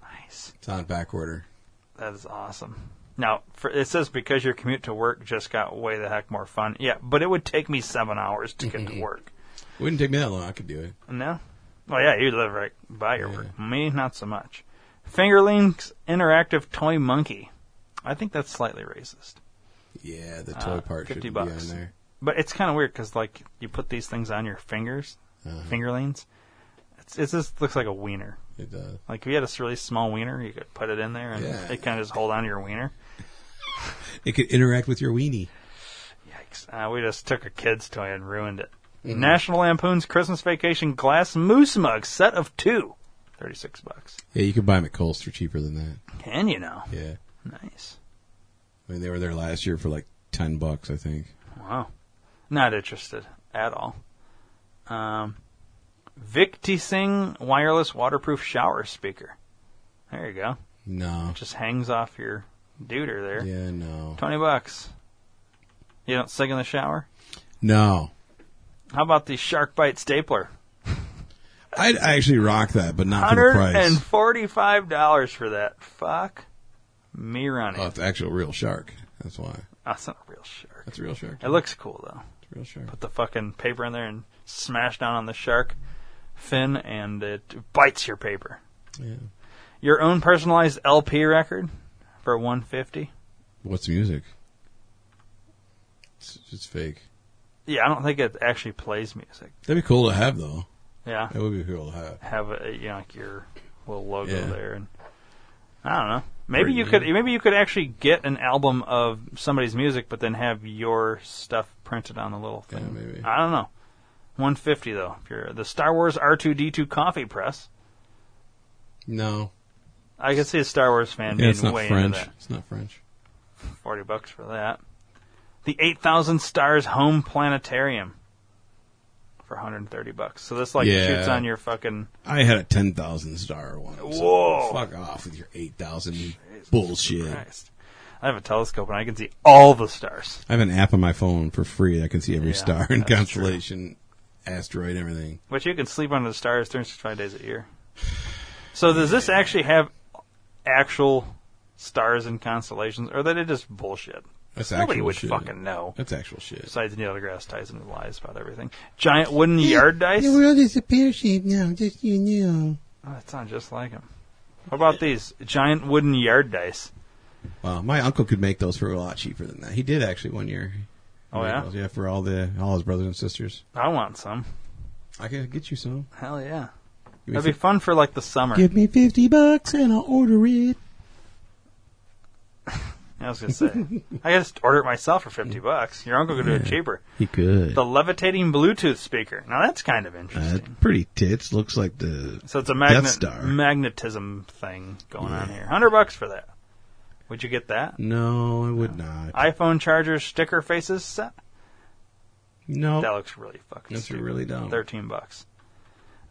Speaker 3: Nice.
Speaker 1: It's on back order.
Speaker 3: That is awesome. Now, for, it says because your commute to work just got way the heck more fun. Yeah, but it would take me seven hours to get to work.
Speaker 1: Wouldn't take me that long. I could do it.
Speaker 3: No? Well, yeah, you live right by your
Speaker 1: Yeah.
Speaker 3: work. Me, not so much. Fingerlings Interactive Toy Monkey. I think that's slightly racist.
Speaker 1: Yeah, the toy
Speaker 3: Uh,
Speaker 1: part should
Speaker 3: 50
Speaker 1: be
Speaker 3: bucks.
Speaker 1: on there.
Speaker 3: But it's kind of weird because, like, you put these things on your fingers,
Speaker 1: Uh-huh.
Speaker 3: fingerlings. It's, it just looks like a wiener.
Speaker 1: It does.
Speaker 3: Like, if you had a really small wiener, you could put it in there and
Speaker 1: Yeah.
Speaker 3: it kind of just hold on to your wiener.
Speaker 1: It could interact with your weenie.
Speaker 3: Yikes. Uh, we just took a kid's toy and ruined it.
Speaker 1: Mm-hmm.
Speaker 3: National Lampoon's Christmas Vacation Glass Moose Mug, set of two. 36 bucks.
Speaker 1: Yeah, you could buy them at Kohl's for cheaper than that.
Speaker 3: Can you know?
Speaker 1: Yeah,
Speaker 3: Nice.
Speaker 1: I mean they were there last year for like ten bucks, I think.
Speaker 3: Wow. Not interested at all. Um, Victising wireless waterproof shower speaker. There you go.
Speaker 1: No.
Speaker 3: Just hangs off your deuter there.
Speaker 1: Yeah, no.
Speaker 3: 20 bucks. You don't sing in the shower?
Speaker 1: No.
Speaker 3: How about the Shark Bite stapler?
Speaker 1: I'd actually rock that, but not for the price.
Speaker 3: $145 for that. Fuck me running.
Speaker 1: Uh. Oh, it's actual real shark. That's why.
Speaker 3: That's not a real shark.
Speaker 1: That's a real shark.
Speaker 3: It looks cool though.
Speaker 1: It's Real sharp.
Speaker 3: put the fucking paper in there and smash down on the shark fin, and it bites your paper.
Speaker 1: Yeah.
Speaker 3: Your own personalized LP record for 150.
Speaker 1: What's music? It's just fake.
Speaker 3: Yeah, I don't think it actually plays music.
Speaker 1: That'd be cool to have though.
Speaker 3: Yeah,
Speaker 1: That would be cool to have.
Speaker 3: have a, you know, like your little logo
Speaker 1: Yeah.
Speaker 3: there, and I don't know. Maybe
Speaker 1: Pretty
Speaker 3: you
Speaker 1: neat.
Speaker 3: could maybe you could actually get an album of somebody's music, but then have your stuff printed on the little
Speaker 1: Yeah,
Speaker 3: thing.
Speaker 1: maybe.
Speaker 3: I don't know. 150 though. If you're the Star Wars R2D2 coffee press,
Speaker 1: No.
Speaker 3: I could see a Star Wars fan
Speaker 1: Yeah,
Speaker 3: being
Speaker 1: it's not
Speaker 3: way
Speaker 1: French.
Speaker 3: into that.
Speaker 1: It's not French.
Speaker 3: 40 bucks for that. The 8,000 stars home planetarium for 130 bucks. So this like
Speaker 1: Yeah.
Speaker 3: shoots on your fucking
Speaker 1: I had a ten thousand star one. so
Speaker 3: Whoa.
Speaker 1: Fuck off with your eight thousand bullshit.
Speaker 3: Christ. I have a telescope and I can see all the stars.
Speaker 1: I have an app on my phone for free. that can see every
Speaker 3: Yeah,
Speaker 1: star and
Speaker 3: that's true.
Speaker 1: constellation, asteroid, everything.
Speaker 3: Which you can sleep under the stars 365 days a year. So does this actually have actual stars and constellations, or that it is bullshit?
Speaker 1: That's
Speaker 3: Nobody
Speaker 1: actual
Speaker 3: would
Speaker 1: shit.
Speaker 3: fucking know.
Speaker 1: That's actual shit.
Speaker 3: Besides Neil deGrasse Tyson who lies about everything. Giant wooden yard dice.
Speaker 1: world is a pear shape now, just you know.
Speaker 3: Oh, that sounds just like him. How about these giant wooden yard dice?
Speaker 1: Wow, my uncle could make those for a lot cheaper than that. He did actually one year. He
Speaker 3: Oh,
Speaker 1: made
Speaker 3: yeah?
Speaker 1: those, yeah, for all the all his brothers and sisters.
Speaker 3: I want some.
Speaker 1: I can get you some.
Speaker 3: Hell yeah.
Speaker 1: Give me
Speaker 3: That'd be
Speaker 1: fif-
Speaker 3: fun for like the summer.
Speaker 1: give me fifty bucks and I'll order it.
Speaker 3: I was gonna say, I could just order it myself for fifty bucks. Your uncle could do it cheaper.
Speaker 1: He could.
Speaker 3: The levitating Bluetooth speaker. Now that's kind of
Speaker 1: Uh,
Speaker 3: interesting.
Speaker 1: pretty tits. Looks like the
Speaker 3: so it's a magnet
Speaker 1: Star.
Speaker 3: magnetism thing going on
Speaker 1: Yeah.
Speaker 3: here. Hundred bucks for that. Would you get that?
Speaker 1: No, I would not.
Speaker 3: iPhone charger sticker faces set.
Speaker 1: no,
Speaker 3: That looks really fucking.
Speaker 1: Oh. That's
Speaker 3: stupid.
Speaker 1: really dumb.
Speaker 3: Thirteen bucks.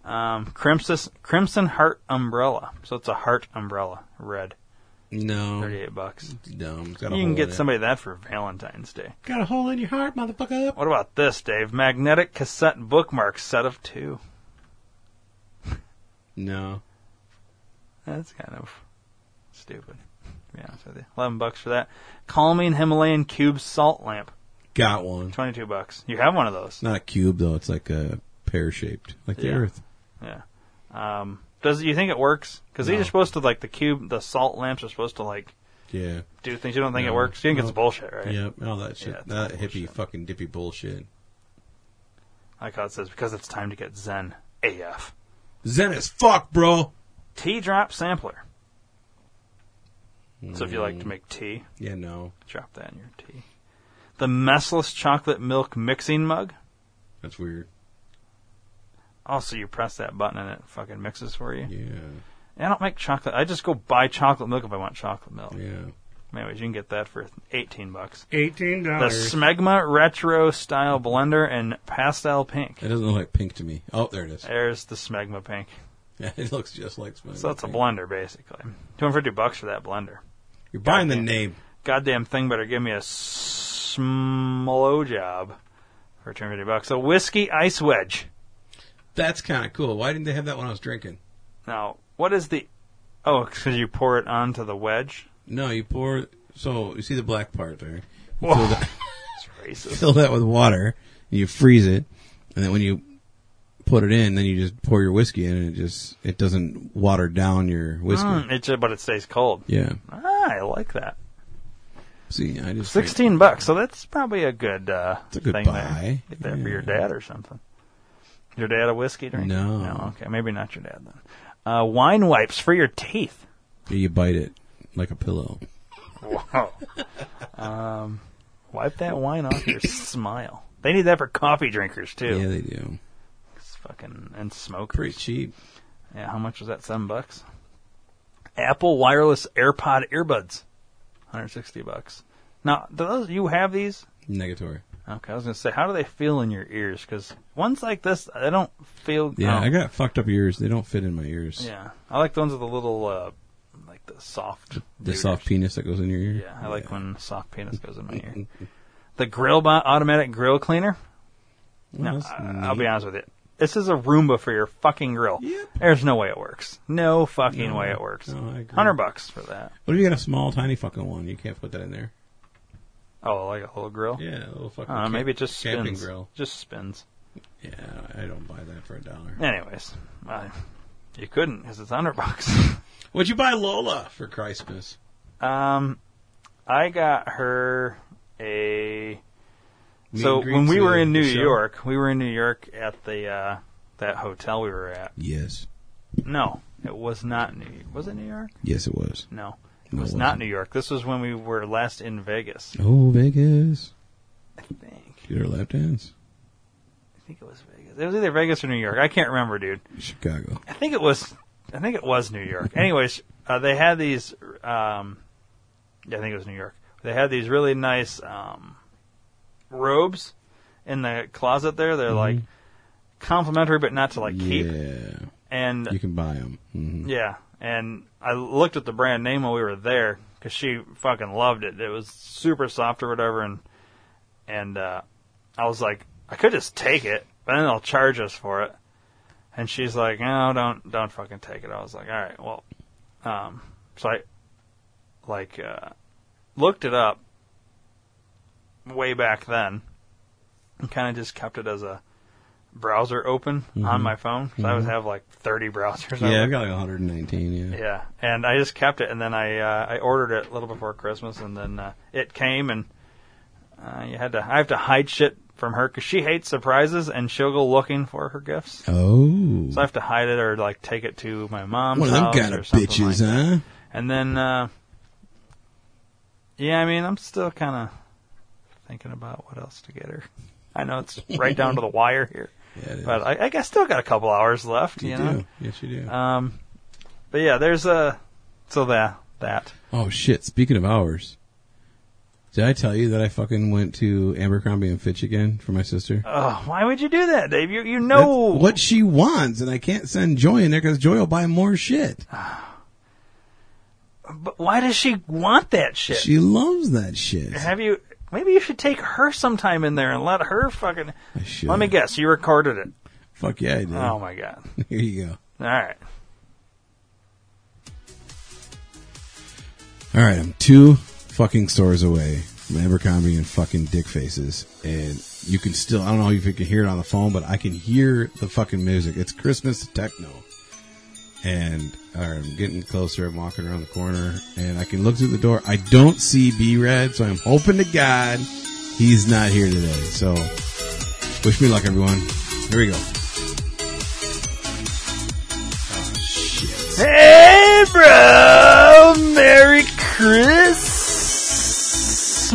Speaker 3: Um, crimson crimson heart umbrella. So it's a heart umbrella, red.
Speaker 1: no,
Speaker 3: Thirty-eight bucks.
Speaker 1: it's dumb. It's
Speaker 3: You
Speaker 1: got a
Speaker 3: can
Speaker 1: hole in
Speaker 3: get
Speaker 1: Oh. it.
Speaker 3: somebody that for Valentine's Day.
Speaker 1: Got a hole in your heart, motherfucker.
Speaker 3: What about this, Dave? Magnetic cassette bookmark set of two.
Speaker 1: No,
Speaker 3: That's kind of stupid. To be honest with you. Eleven bucks for that. Calming Himalayan cube salt lamp.
Speaker 1: got one.
Speaker 3: Twenty-two bucks. You have one of those.
Speaker 1: It's not a cube though. It's like a pear shaped, like the
Speaker 3: Yeah.
Speaker 1: Earth.
Speaker 3: Yeah. Um, does you think it works? Because these
Speaker 1: No.
Speaker 3: are supposed to like the cube, the salt lamps are supposed to like
Speaker 1: Yeah.
Speaker 3: do things. You don't think it
Speaker 1: No.
Speaker 3: works? You think it's
Speaker 1: No.
Speaker 3: bullshit, right?
Speaker 1: Yep. All that shit.
Speaker 3: Yeah, it's
Speaker 1: that
Speaker 3: all
Speaker 1: hippie
Speaker 3: bullshit.
Speaker 1: fucking dippy bullshit.
Speaker 3: I like how it says because it's time to get Zen AF.
Speaker 1: Zen as fuck, bro.
Speaker 3: Tea drop sampler. So if you like to make tea,
Speaker 1: Yeah. No,
Speaker 3: drop that in your tea. The messless chocolate milk mixing mug.
Speaker 1: that's weird.
Speaker 3: Also, you press that button and it fucking mixes for you.
Speaker 1: Yeah.
Speaker 3: I don't make chocolate. I just go buy chocolate milk if I want chocolate milk.
Speaker 1: Yeah.
Speaker 3: Anyways, you can get that for eighteen bucks.
Speaker 1: Eighteen
Speaker 3: The Smegma retro style blender in pastel pink.
Speaker 1: It doesn't look like pink to me. Oh, there it is.
Speaker 3: There's the Smegma pink.
Speaker 1: it looks just like smoke.
Speaker 3: So it's a blender basically. Two hundred fifty bucks for that blender.
Speaker 1: You're buying the
Speaker 3: Goddamn.
Speaker 1: name.
Speaker 3: Goddamn thing better give me a smlow job for two hundred fifty bucks. A whiskey ice wedge.
Speaker 1: That's kind of cool. Why didn't they have that when I was drinking?
Speaker 3: Now, what is the? Oh, because you pour it onto the wedge.
Speaker 1: No, you pour. So you see the black part there.
Speaker 3: Whoa.
Speaker 1: Fill that,
Speaker 3: It's racist.
Speaker 1: fill that with water. And you freeze it, and then when you put it in, then you just pour your whiskey in, and it just it doesn't water down your whiskey.
Speaker 3: Mm, it ju- but it stays cold.
Speaker 1: Yeah.
Speaker 3: Ah, I like that.
Speaker 1: See, I just think-
Speaker 3: Sixteen bucks, so that's probably a good uh
Speaker 1: It's a good
Speaker 3: thing
Speaker 1: buy.
Speaker 3: there. Get that for your
Speaker 1: Yeah.
Speaker 3: dad or something. Your dad a whiskey drinker?
Speaker 1: No.
Speaker 3: okay, maybe not your dad then. Uh, wine wipes for your teeth.
Speaker 1: You bite it like a pillow.
Speaker 3: Wow. um, wipe that wine off your smile. They need that for coffee drinkers too.
Speaker 1: Yeah, they do.
Speaker 3: It's fucking and smokers.
Speaker 1: Pretty cheap.
Speaker 3: Yeah, how much was that? Seven bucks. Apple wireless AirPod earbuds, hundred sixty bucks. Now, do those you have these?
Speaker 1: Negatory.
Speaker 3: Okay, I was gonna say, how do they feel in your ears? Because ones like this, they don't feel.
Speaker 1: Yeah,
Speaker 3: oh.
Speaker 1: I got fucked up ears. They don't fit in my ears.
Speaker 3: Yeah, I like the ones with the little, uh, like the soft.
Speaker 1: The
Speaker 3: rooters.
Speaker 1: soft penis that goes in your ear.
Speaker 3: Yeah, I like when soft penis goes in my ear. The Grillbot automatic grill cleaner.
Speaker 1: Well,
Speaker 3: no,
Speaker 1: that's
Speaker 3: I, will
Speaker 1: neat.
Speaker 3: be honest with you. This is a Roomba for your fucking grill.
Speaker 1: Yep.
Speaker 3: There's no way it works. No fucking
Speaker 1: No,
Speaker 3: way it works.
Speaker 1: no, Oh, I agree.
Speaker 3: Hundred bucks for that.
Speaker 1: What if you got a small, tiny fucking one? You can't put that in there.
Speaker 3: Oh, like a whole grill?
Speaker 1: Yeah, a little fucking.
Speaker 3: Uh,
Speaker 1: camp-
Speaker 3: maybe it just
Speaker 1: camping
Speaker 3: spins.
Speaker 1: grill.
Speaker 3: Just spins.
Speaker 1: Yeah, I don't buy that for a dollar.
Speaker 3: Anyways, I, you couldn't because it's hundred bucks.
Speaker 1: What'd you buy Lola for Christmas?
Speaker 3: um, I got her a.
Speaker 1: Meet
Speaker 3: so
Speaker 1: and greets
Speaker 3: when we
Speaker 1: the-
Speaker 3: were in
Speaker 1: the
Speaker 3: New
Speaker 1: show?
Speaker 3: York, we were in New York at the uh, that hotel we were at.
Speaker 1: Yes,
Speaker 3: No, it was not New. Was it New York?
Speaker 1: yes, it was.
Speaker 3: No, it
Speaker 1: No, it
Speaker 3: was not
Speaker 1: wasn't.
Speaker 3: New York. This was when we were last in Vegas.
Speaker 1: Oh, Vegas.
Speaker 3: I think.
Speaker 1: Did her lap dance?
Speaker 3: I think it was Vegas. It was either Vegas or New York. I can't remember, dude.
Speaker 1: Chicago.
Speaker 3: I think it was. I think it was New York. Anyways, uh, they had these. Um, yeah, I think it was New York. They had these really nice um, robes in the closet there. They're like complimentary, but not to like keep.
Speaker 1: yeah,
Speaker 3: And
Speaker 1: you can buy them. hmm
Speaker 3: yeah, and I looked at the brand name while we were there because she fucking loved it. It was super soft or whatever, and and uh, I was like, I could just take it, but then they'll charge us for it. And she's like, No, don't don't fucking take it. I was like, All right, well, um, so I like uh, looked it up way back then, and kind of just kept it as a browser open on my phone because I would have like thirty browsers. open.
Speaker 1: Yeah, I got like 119. Yeah.
Speaker 3: Yeah, and I just kept it, and then I uh, I ordered it a little before Christmas, and then uh, it came, and uh, you had to I have to hide shit from her because she hates surprises, and she'll go looking for her gifts.
Speaker 1: Oh,
Speaker 3: So I have to hide it or like take it to my mom's
Speaker 1: one of them
Speaker 3: house
Speaker 1: kind
Speaker 3: or
Speaker 1: of
Speaker 3: something like
Speaker 1: bitches,
Speaker 3: that.
Speaker 1: huh?
Speaker 3: And then, uh, yeah, I mean, I'm still kind of thinking about what else to get her. I know it's right down to the wire here,
Speaker 1: Yeah, it is.
Speaker 3: but I, I guess still got a couple hours left. You,
Speaker 1: you, do.
Speaker 3: know,
Speaker 1: Yes, you do.
Speaker 3: um, but yeah, there's a so that that
Speaker 1: oh shit! Speaking of hours, did I tell you that I fucking went to Abercrombie and Fitch again for my sister?
Speaker 3: oh, why would you do that, Dave? You you
Speaker 1: That's
Speaker 3: know
Speaker 1: what she wants, and I can't send Joy in there because Joy will buy more shit.
Speaker 3: But why does she want that shit?
Speaker 1: She loves that shit.
Speaker 3: Have you? Maybe you should take her sometime in there and let her fucking.
Speaker 1: I should.
Speaker 3: Let me guess, you recorded it.
Speaker 1: Fuck yeah, I did.
Speaker 3: Oh my god!
Speaker 1: Here you go.
Speaker 3: All right,
Speaker 1: All right, I'm two fucking stores away from Abercrombie and fucking Dick Faces, and you can still—I don't know if you can hear it on the phone, but I can hear the fucking music. It's Christmas techno, and all right, I'm getting closer. I'm walking around the corner, and I can look through the door. I don't see B Red, so I'm hoping to God he's not here today. So, wish me luck, everyone. Here we go. Oh, shit.
Speaker 3: hey bro, Merry Christmas,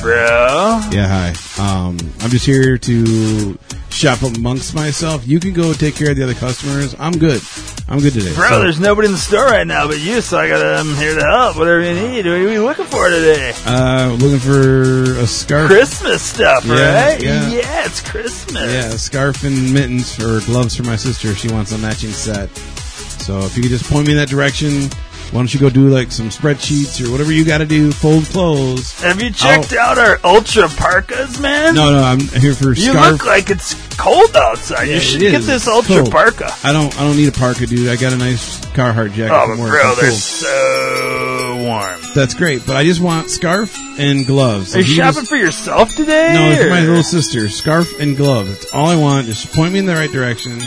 Speaker 3: bro.
Speaker 1: Yeah, hi. Um, I'm just here to shop amongst myself. You can go take care of the other customers. I'm good. I'm good today.
Speaker 3: Bro,
Speaker 1: So-
Speaker 3: there's nobody in the store right now but you, so I gotta, I'm here to help. Whatever you need. What are you looking for today?
Speaker 1: uh, looking for a scarf.
Speaker 3: Christmas stuff,
Speaker 1: Yeah,
Speaker 3: right?
Speaker 1: yeah.
Speaker 3: it's Christmas.
Speaker 1: Yeah, a scarf and mittens or gloves for my sister. She wants a matching set. So if you could just point me in that direction, why don't you go do like some spreadsheets or whatever you got to do, fold clothes.
Speaker 3: Have you checked out our ultra parkas, man?
Speaker 1: Oh. No, no, I'm here for
Speaker 3: You
Speaker 1: scarf.
Speaker 3: look like it's cold outside.
Speaker 1: Yeah,
Speaker 3: you should
Speaker 1: it
Speaker 3: get
Speaker 1: is.
Speaker 3: this
Speaker 1: It's
Speaker 3: ultra
Speaker 1: cold.
Speaker 3: parka.
Speaker 1: I don't. I don't need a parka, dude. I got a nice Carhartt jacket
Speaker 3: Oh,
Speaker 1: from work.
Speaker 3: bro,
Speaker 1: I'm
Speaker 3: they're
Speaker 1: cool.
Speaker 3: so warm.
Speaker 1: That's great, but I just want scarf and gloves.
Speaker 3: Are you
Speaker 1: If you
Speaker 3: shopping
Speaker 1: just-
Speaker 3: for yourself today?
Speaker 1: no, it's
Speaker 3: or-
Speaker 1: my little sister. Scarf and gloves. That's all I want. Just point me in the right direction,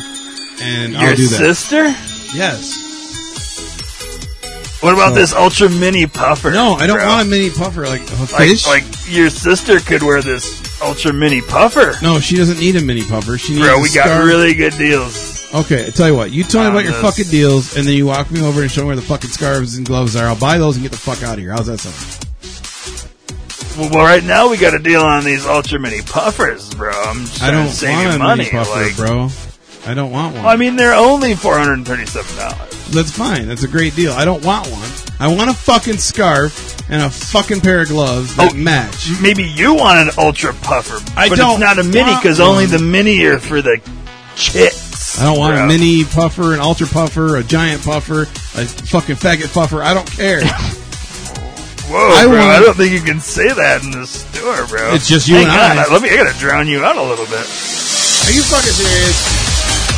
Speaker 1: and
Speaker 3: Your
Speaker 1: I'll do that.
Speaker 3: sister?
Speaker 1: Yes.
Speaker 3: What about
Speaker 1: So-
Speaker 3: this ultra mini puffer?
Speaker 1: Oh. No, I don't
Speaker 3: bro?
Speaker 1: want a mini puffer like a
Speaker 3: Like,
Speaker 1: fish.
Speaker 3: like your sister could wear this ultra mini puffer.
Speaker 1: no, she doesn't need a mini puffer. She needs
Speaker 3: Bro,
Speaker 1: a
Speaker 3: we got
Speaker 1: scarf.
Speaker 3: really good deals.
Speaker 1: Okay, I tell you what. You tell me
Speaker 3: on
Speaker 1: about your
Speaker 3: this.
Speaker 1: fucking deals, and then you walk me over and show me where the fucking scarves and gloves are. I'll buy those and get the fuck out of here. How's that sound?
Speaker 3: Well, well, right now we got a deal on these ultra mini puffers, bro. I'm just
Speaker 1: I
Speaker 3: trying
Speaker 1: don't
Speaker 3: to save you
Speaker 1: want a
Speaker 3: money.
Speaker 1: mini puffer,
Speaker 3: like,
Speaker 1: bro. I don't want one.
Speaker 3: I mean, they're only four hundred and thirty-seven dollars.
Speaker 1: That's fine. That's a great deal. I don't want one. I want a fucking scarf and a fucking pair of gloves that
Speaker 3: Oh.
Speaker 1: match.
Speaker 3: Maybe you want an ultra puffer,
Speaker 1: I
Speaker 3: but
Speaker 1: don't
Speaker 3: it's not a mini
Speaker 1: want
Speaker 3: because only
Speaker 1: one.
Speaker 3: the mini are for the chicks.
Speaker 1: I don't want
Speaker 3: bro.
Speaker 1: a mini puffer, an ultra puffer, a giant puffer, a fucking faggot puffer. I don't care.
Speaker 3: Whoa,
Speaker 1: I
Speaker 3: bro! I
Speaker 1: want-
Speaker 3: don't think you can say that in this store, bro.
Speaker 1: It's just you
Speaker 3: Hang
Speaker 1: and
Speaker 3: on,
Speaker 1: I.
Speaker 3: Let me. I gotta drown you out a little bit.
Speaker 1: Are you fucking serious?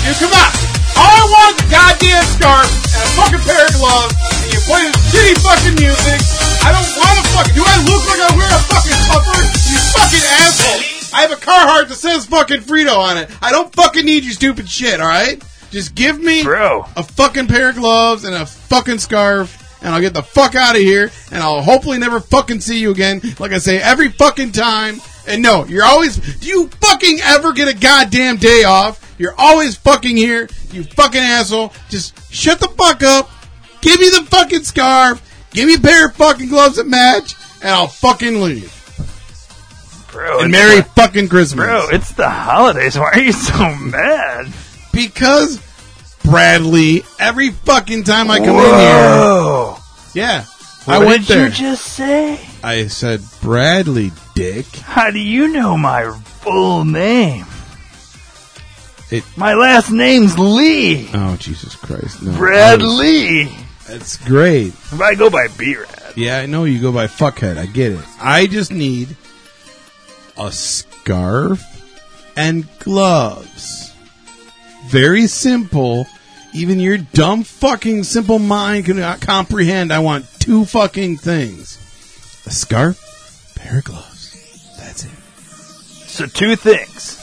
Speaker 1: You come on. All I want is a goddamn scarf and a fucking pair of gloves, and you play this shitty fucking music. I don't want a fucking. Do I look like I wear a fucking puffer? You fucking asshole! I have a Carhartt that says fucking Frito on it. I don't fucking need your stupid shit. All right, just give me
Speaker 3: Bro.
Speaker 1: a fucking pair of gloves and a fucking scarf. And I'll get the fuck out of here, and I'll hopefully never fucking see you again, like I say every fucking time. And no, you're always. Do you fucking ever get a goddamn day off? You're always fucking here, you fucking asshole. Just shut the fuck up, Give me the fucking scarf. Give me a pair of fucking gloves that match, and I'll fucking leave.
Speaker 3: Bro,
Speaker 1: And
Speaker 3: it's
Speaker 1: Merry
Speaker 3: the-
Speaker 1: fucking Christmas.
Speaker 3: Bro, it's the holidays. Why are you so mad?
Speaker 1: Because Bradley, every fucking time I come in
Speaker 3: Whoa.
Speaker 1: here, yeah,
Speaker 3: What
Speaker 1: I went
Speaker 3: did
Speaker 1: there.
Speaker 3: you just say?
Speaker 1: I said, Bradley, dick.
Speaker 3: How do you know my full name?
Speaker 1: It-
Speaker 3: my last name's Lee.
Speaker 1: Oh Jesus Christ, no,
Speaker 3: Brad
Speaker 1: I was-
Speaker 3: Lee.
Speaker 1: That's great.
Speaker 3: If I go by B-Rad.
Speaker 1: Yeah, I know you go by fuckhead. I get it. I just need a scarf and gloves. Very simple. Even your dumb fucking simple mind cannot comprehend. I want two fucking things: a scarf, pair of gloves. That's it.
Speaker 3: So two things.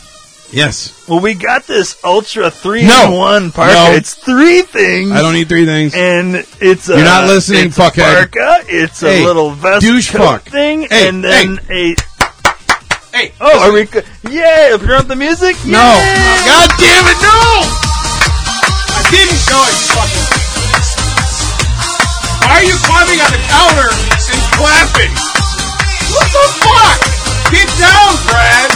Speaker 1: Yes,
Speaker 3: Well, we got this Ultra 3
Speaker 1: No.
Speaker 3: in 1 parka.
Speaker 1: No.
Speaker 3: It's three things.
Speaker 1: I don't need three things.
Speaker 3: and it's a
Speaker 1: You're not listening,
Speaker 3: it's a
Speaker 1: fuckhead.
Speaker 3: parka, it's a
Speaker 1: Hey,
Speaker 3: little vest
Speaker 1: douche
Speaker 3: coat
Speaker 1: fuck.
Speaker 3: thing,
Speaker 1: Hey,
Speaker 3: and then a
Speaker 1: Hey,
Speaker 3: oh, are we? good? Yeah, turn up the music.
Speaker 1: no! God damn it, no! I didn't go. you Fucking. Why are you climbing on the counter and clapping? What the fuck? Get down, Brad.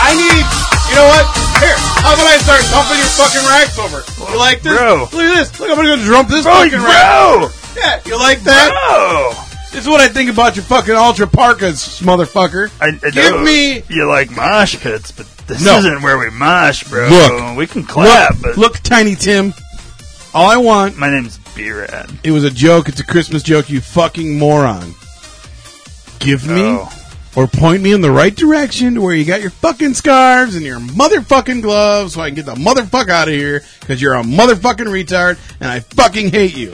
Speaker 1: I need. You know what? Here, how about I start dumping your fucking racks over? You like this?
Speaker 3: Bro.
Speaker 1: Look at this. Look, I'm gonna dump this
Speaker 3: Bro,
Speaker 1: fucking rack.
Speaker 3: bro,
Speaker 1: Yeah, you like that?
Speaker 3: bro.
Speaker 1: This is what I think about your fucking ultra parkas, motherfucker.
Speaker 3: I, I
Speaker 1: Give
Speaker 3: know
Speaker 1: me-
Speaker 3: You like mosh pits, but this
Speaker 1: No.
Speaker 3: isn't where we mosh, bro.
Speaker 1: Look.
Speaker 3: we can clap,
Speaker 1: look,
Speaker 3: but
Speaker 1: look, Tiny Tim. All I want
Speaker 3: my name's B-Rad.
Speaker 1: It was a joke. It's a Christmas joke, you fucking moron. Give me
Speaker 3: Oh.
Speaker 1: or point me in the right direction to where you got your fucking scarves and your motherfucking gloves so I can get the motherfuck out of here because you're a motherfucking retard and I fucking hate you.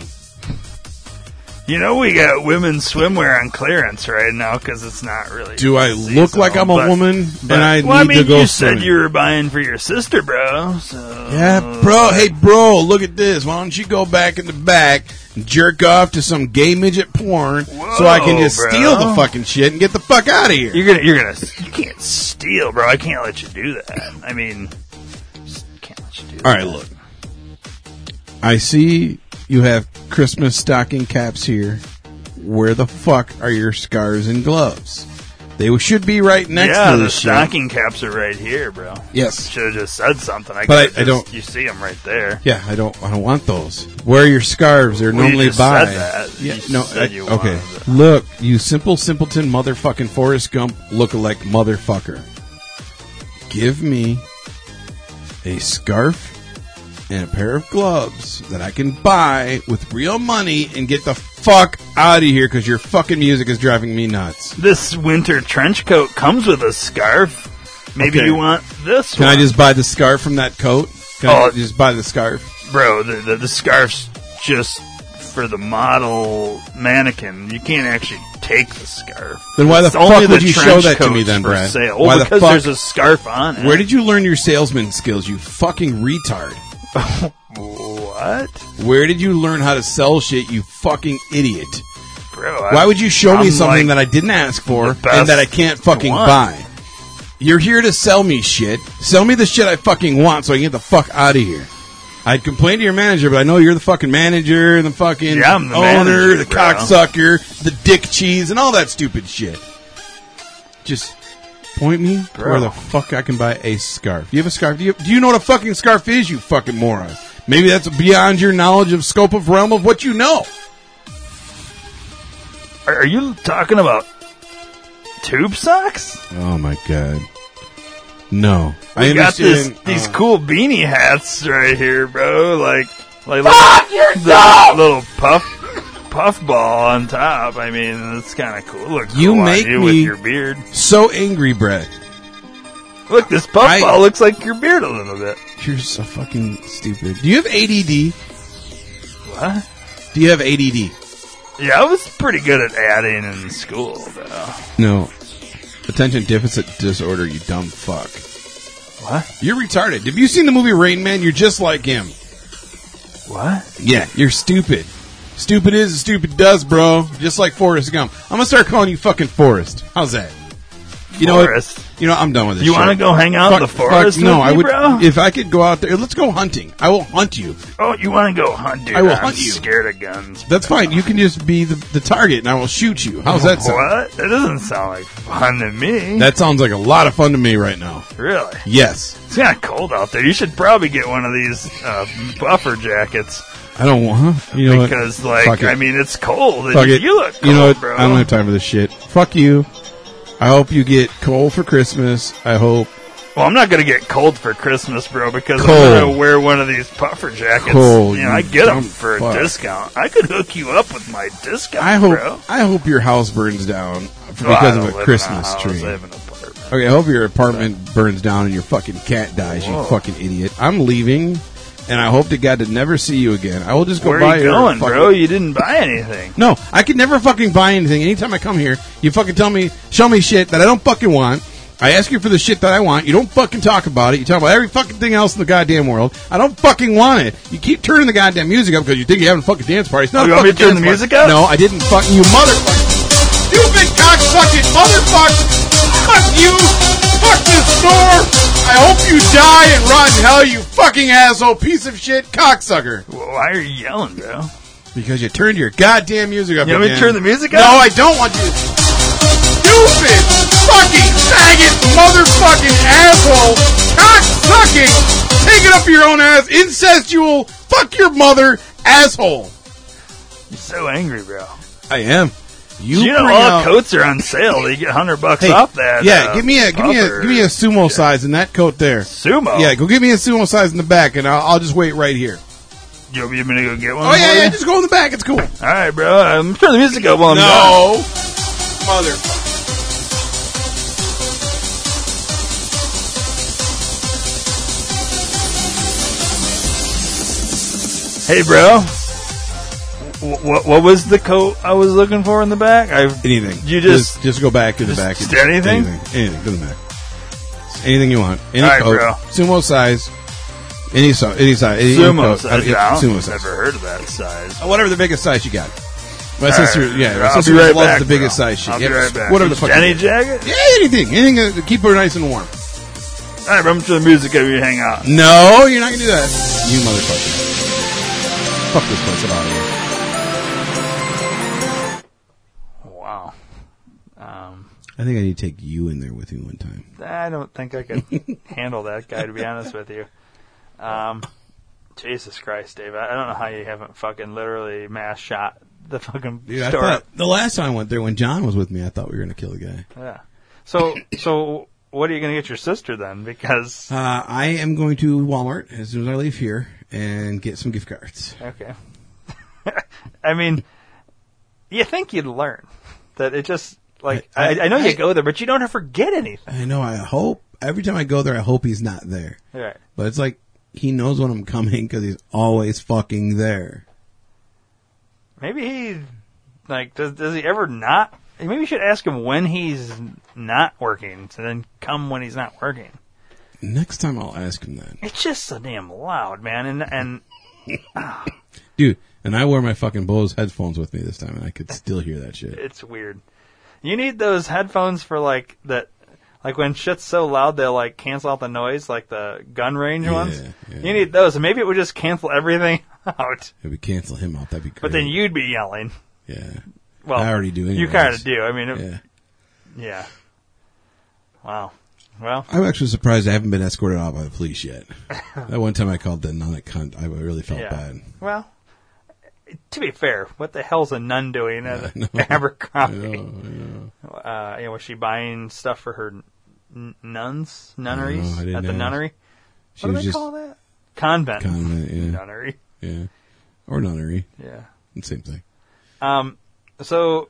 Speaker 3: You know we got women's swimwear on clearance right now because it's not really.
Speaker 1: Do I look
Speaker 3: seasonal,
Speaker 1: like I'm a
Speaker 3: but-
Speaker 1: woman
Speaker 3: but-
Speaker 1: and I
Speaker 3: well, I
Speaker 1: need
Speaker 3: mean,
Speaker 1: to go
Speaker 3: you
Speaker 1: swimming?
Speaker 3: said you were buying for your sister, bro. So
Speaker 1: yeah, bro. Hey, bro. Look at this. Why don't you go back in the back and jerk off to some gay midget porn so I can
Speaker 3: Whoa,
Speaker 1: just
Speaker 3: bro.
Speaker 1: steal the fucking shit and get the fuck out of here?
Speaker 3: You're gonna, you're gonna, you can't steal, bro. I can't let you do that. I mean, just can't let you do.
Speaker 1: All
Speaker 3: that.
Speaker 1: right, look. I see you have Christmas stocking caps here. Where the fuck are your scarves and gloves? They should be right next
Speaker 3: yeah,
Speaker 1: to
Speaker 3: the
Speaker 1: this shit.
Speaker 3: stocking caps are right here, bro.
Speaker 1: Yes.
Speaker 3: should have just said something. I
Speaker 1: But I-
Speaker 3: could've
Speaker 1: I
Speaker 3: just-
Speaker 1: don't-
Speaker 3: You see them right there.
Speaker 1: Yeah, I don't. I don't want those. Where are your scarves? They're
Speaker 3: Well, you
Speaker 1: normally
Speaker 3: just
Speaker 1: by.
Speaker 3: said that.
Speaker 1: Yeah,
Speaker 3: You
Speaker 1: no.
Speaker 3: said
Speaker 1: I-
Speaker 3: you
Speaker 1: okay.
Speaker 3: wanted
Speaker 1: Look, you simple simpleton motherfucking Forrest Gump lookalike motherfucker. Give me a scarf and a pair of gloves that I can buy with real money and get the fuck out of here because your fucking music is driving me nuts.
Speaker 3: This winter trench coat comes with a scarf. Maybe
Speaker 1: Okay.
Speaker 3: you want this
Speaker 1: Can
Speaker 3: one,
Speaker 1: I just buy the scarf from that coat? Can
Speaker 3: Oh.
Speaker 1: I just buy the scarf?
Speaker 3: bro. The, the the scarf's just for the model mannequin. You can't actually take the scarf.
Speaker 1: Then why the
Speaker 3: It's
Speaker 1: fuck
Speaker 3: only
Speaker 1: would
Speaker 3: the
Speaker 1: you show
Speaker 3: trench
Speaker 1: that to me
Speaker 3: coats
Speaker 1: then,
Speaker 3: for
Speaker 1: Brad?
Speaker 3: Sale.
Speaker 1: Why
Speaker 3: Well,
Speaker 1: the
Speaker 3: because
Speaker 1: fuck-
Speaker 3: there's a scarf on it.
Speaker 1: Where did you learn your salesman skills, you fucking retard?
Speaker 3: What?
Speaker 1: Where did you learn how to sell shit, you fucking idiot?
Speaker 3: Bro,
Speaker 1: Why would you show me
Speaker 3: I'm
Speaker 1: something
Speaker 3: like-
Speaker 1: that I didn't ask for
Speaker 3: the best
Speaker 1: and that I can't fucking
Speaker 3: one.
Speaker 1: buy? You're here to sell me shit. Sell me the shit I fucking want so I can get the fuck out of here. I'd complain to your manager, but I know you're the fucking manager and the fucking
Speaker 3: Yeah, I'm the
Speaker 1: owner,
Speaker 3: manager,
Speaker 1: the
Speaker 3: bro.
Speaker 1: cocksucker, the dick cheese, and all that stupid shit. Just point me to
Speaker 3: Bro.
Speaker 1: where the fuck I can buy a scarf. You have a scarf? Do you, do you know what a fucking scarf is, you fucking moron? Maybe that's beyond your knowledge of scope of realm of what you know.
Speaker 3: Are, are you talking about tube socks?
Speaker 1: Oh my god. No. I
Speaker 3: We got this,
Speaker 1: understand.
Speaker 3: these
Speaker 1: uh,
Speaker 3: cool beanie hats right here, bro. Like, like little, the little puff puff ball on top. I mean, it's kind of cool. Look,
Speaker 1: You
Speaker 3: cool on
Speaker 1: make
Speaker 3: you
Speaker 1: me-
Speaker 3: with your beard.
Speaker 1: Oh. so angry, Brett.
Speaker 3: Look, this puff
Speaker 1: I-
Speaker 3: ball looks like your beard a little bit.
Speaker 1: You're so fucking stupid. Do you have ADD?
Speaker 3: What?
Speaker 1: Do you have ADD?
Speaker 3: Yeah, I was pretty good at adding in school, though.
Speaker 1: No. Attention deficit disorder, you dumb fuck.
Speaker 3: What?
Speaker 1: You're retarded. Have you seen the movie Rain Man? You're just like him.
Speaker 3: What?
Speaker 1: Yeah, you're stupid. Stupid is and stupid does, bro. Just like Forrest Gump. I'm gonna start calling you fucking Forrest. How's that? You know
Speaker 3: Forrest?
Speaker 1: what? You know I'm done with this.
Speaker 3: You
Speaker 1: want
Speaker 3: wanna go hang out in the forest
Speaker 1: no,
Speaker 3: with
Speaker 1: I
Speaker 3: me,
Speaker 1: would.
Speaker 3: bro?
Speaker 1: If I could go out there, let's go hunting. I will hunt you.
Speaker 3: Oh, you want to go hunt, dude?
Speaker 1: I will
Speaker 3: am
Speaker 1: hunt you.
Speaker 3: scared of guns.
Speaker 1: That's fine. You can just be the, the target, and I will shoot you. How's that sound?
Speaker 3: What? That doesn't sound like fun to me.
Speaker 1: That sounds like a lot of fun to me right now.
Speaker 3: really?
Speaker 1: Yes,
Speaker 3: It's kind of cold out there. You should probably get one of these uh, buffer jackets
Speaker 1: I don't want. You know what?
Speaker 3: because, like,
Speaker 1: Fuck it.
Speaker 3: I mean, it's cold. And
Speaker 1: Fuck it.
Speaker 3: You look cold,
Speaker 1: know what?
Speaker 3: bro.
Speaker 1: I don't have time for this shit. Fuck you. I hope you get coal for Christmas. I hope
Speaker 3: Well, I'm not gonna get cold for Christmas, bro, because
Speaker 1: Cold.
Speaker 3: I'm gonna wear one of these puffer jackets.
Speaker 1: Cold,
Speaker 3: you know, I
Speaker 1: you
Speaker 3: get them
Speaker 1: dumb
Speaker 3: for
Speaker 1: fuck.
Speaker 3: a discount. I could hook you up with my discount,
Speaker 1: I hope
Speaker 3: bro.
Speaker 1: I hope your house burns down because
Speaker 3: Well, I don't
Speaker 1: of
Speaker 3: live in
Speaker 1: a Christmas
Speaker 3: house.
Speaker 1: tree.
Speaker 3: I have an apartment.
Speaker 1: Okay, I hope your apartment burns down and your fucking cat dies.
Speaker 3: Whoa.
Speaker 1: You fucking idiot! I'm leaving, and I hope to God to never see you again. I will just go
Speaker 3: Where
Speaker 1: buy
Speaker 3: are you
Speaker 1: your
Speaker 3: going,
Speaker 1: fucking-
Speaker 3: bro? You didn't buy anything.
Speaker 1: No, I can never fucking buy anything. Anytime I come here, you fucking tell me, show me shit that I don't fucking want. I ask you for the shit that I want. You don't fucking talk about it. You talk about every fucking thing else in the goddamn world. I don't fucking want it. You keep turning the goddamn music up because you think you're having a fucking dance party. It's not
Speaker 3: Oh,
Speaker 1: a
Speaker 3: you want
Speaker 1: fucking
Speaker 3: me to turn
Speaker 1: dance
Speaker 3: the music
Speaker 1: party.
Speaker 3: up?
Speaker 1: No, I didn't fucking you motherfucker. Stupid cocksucking motherfucker. Fuck you. Fuck this store. I hope you die and rot in hell, you fucking asshole piece of shit cocksucker.
Speaker 3: Why are you yelling, bro?
Speaker 1: Because you turned your goddamn music up.
Speaker 3: You want me to
Speaker 1: again.
Speaker 3: turn the music up?
Speaker 1: No, I don't want you. Stupid, fucking faggot, motherfucking asshole, cock sucking, take it up your own ass, incestual, fuck your mother, asshole.
Speaker 3: You're so angry, bro.
Speaker 1: I am. You,
Speaker 3: You know
Speaker 1: bring
Speaker 3: all
Speaker 1: out-
Speaker 3: coats are on sale. You get hundred bucks
Speaker 1: Hey,
Speaker 3: off that.
Speaker 1: Yeah,
Speaker 3: uh,
Speaker 1: give me a give me a
Speaker 3: puffer
Speaker 1: give me a sumo size in that coat there.
Speaker 3: sumo.
Speaker 1: Yeah, go give me a sumo size in the back, and I'll, I'll just wait right here.
Speaker 3: you want me to go get one?
Speaker 1: Oh yeah,
Speaker 3: for
Speaker 1: yeah,
Speaker 3: you?
Speaker 1: just go in the back. It's cool.
Speaker 3: All right, bro. I'm turning the music up while I'm done.
Speaker 1: no, motherfucker.
Speaker 3: Hey, bro. What what was the coat I was looking for in the back? I
Speaker 1: Anything.
Speaker 3: You just-
Speaker 1: just, go back to the
Speaker 3: just-
Speaker 1: back.
Speaker 3: just anything?
Speaker 1: anything, anything, doesn't matter. Anything you want, any
Speaker 3: All right,
Speaker 1: coat,
Speaker 3: bro.
Speaker 1: sumo size, any size, any size, any, any
Speaker 3: sumo
Speaker 1: coat.
Speaker 3: size.
Speaker 1: I mean,
Speaker 3: yeah,
Speaker 1: sumo
Speaker 3: I've
Speaker 1: size,
Speaker 3: never heard of that size.
Speaker 1: Uh, whatever the biggest size you got. My
Speaker 3: All
Speaker 1: sister,
Speaker 3: right,
Speaker 1: yeah,
Speaker 3: bro,
Speaker 1: my
Speaker 3: I'll be
Speaker 1: sister
Speaker 3: right
Speaker 1: loves
Speaker 3: back,
Speaker 1: the biggest
Speaker 3: bro.
Speaker 1: size shit.
Speaker 3: I'll
Speaker 1: yeah,
Speaker 3: be right back.
Speaker 1: Whatever the fuck.
Speaker 3: Any
Speaker 1: you want.
Speaker 3: jacket?
Speaker 1: Yeah, anything, anything to keep her nice and warm.
Speaker 3: All right, bro. I'm turning the music up. You hang out.
Speaker 1: No, you're not gonna do that. You motherfucker. Fuck this place. I'm out of here.
Speaker 3: Wow. Um,
Speaker 1: I think I need to take you in there with me one time.
Speaker 3: I don't think I could handle that guy. To be honest with you. Um, Jesus Christ, Dave. I I don't know how you haven't fucking literally mass shot the fucking
Speaker 1: Dude, I
Speaker 3: store.
Speaker 1: thought the last time I went there when John was with me, I thought we were gonna kill the guy.
Speaker 3: Yeah. So so what are you gonna get your sister then? Because
Speaker 1: Uh, I am going to Walmart as soon as I leave here and get some gift cards.
Speaker 3: Okay. I mean, you think you'd learn that it just like
Speaker 1: I-
Speaker 3: I, I, know
Speaker 1: I-
Speaker 3: you go there, but you don't ever get anything.
Speaker 1: I know. I hope every time I go there, I hope he's not there.
Speaker 3: Right.
Speaker 1: But it's like he knows when I'm coming because he's always fucking there.
Speaker 3: Maybe he like does does he ever not? Maybe you should ask him when he's not working, so then come when he's not working.
Speaker 1: Next time I'll ask him that,
Speaker 3: It's just so damn loud, man. And and
Speaker 1: dude. And I wear my fucking Bose headphones with me this time, and I could still hear that shit.
Speaker 3: it's weird. You need those headphones for like that, like when shit's so loud they'll like cancel out the noise, like the gun range
Speaker 1: Yeah,
Speaker 3: ones.
Speaker 1: yeah.
Speaker 3: You need those. Maybe it would just cancel everything out,
Speaker 1: If we cancel him out, that'd be great.
Speaker 3: but then you'd be yelling.
Speaker 1: yeah,
Speaker 3: Well,
Speaker 1: I already do. Anyways.
Speaker 3: You kind of do. I mean, it- yeah.
Speaker 1: Yeah,
Speaker 3: Wow. Well,
Speaker 1: I'm actually surprised I haven't been escorted out by the police yet. that one time I called the nun a cunt, I really felt
Speaker 3: yeah.
Speaker 1: bad.
Speaker 3: Well, to be fair, what the hell's a nun doing at
Speaker 1: Yeah, I know.
Speaker 3: Abercrombie?
Speaker 1: Oh, yeah.
Speaker 3: uh, you know, was she buying stuff for her n- nuns, nunneries
Speaker 1: I didn't
Speaker 3: at the
Speaker 1: ask.
Speaker 3: nunnery?
Speaker 1: She
Speaker 3: What do
Speaker 1: was
Speaker 3: they
Speaker 1: just
Speaker 3: call that? Convent.
Speaker 1: Convent, yeah.
Speaker 3: Nunnery.
Speaker 1: Yeah. Or nunnery.
Speaker 3: Yeah.
Speaker 1: Same thing.
Speaker 3: Um. So,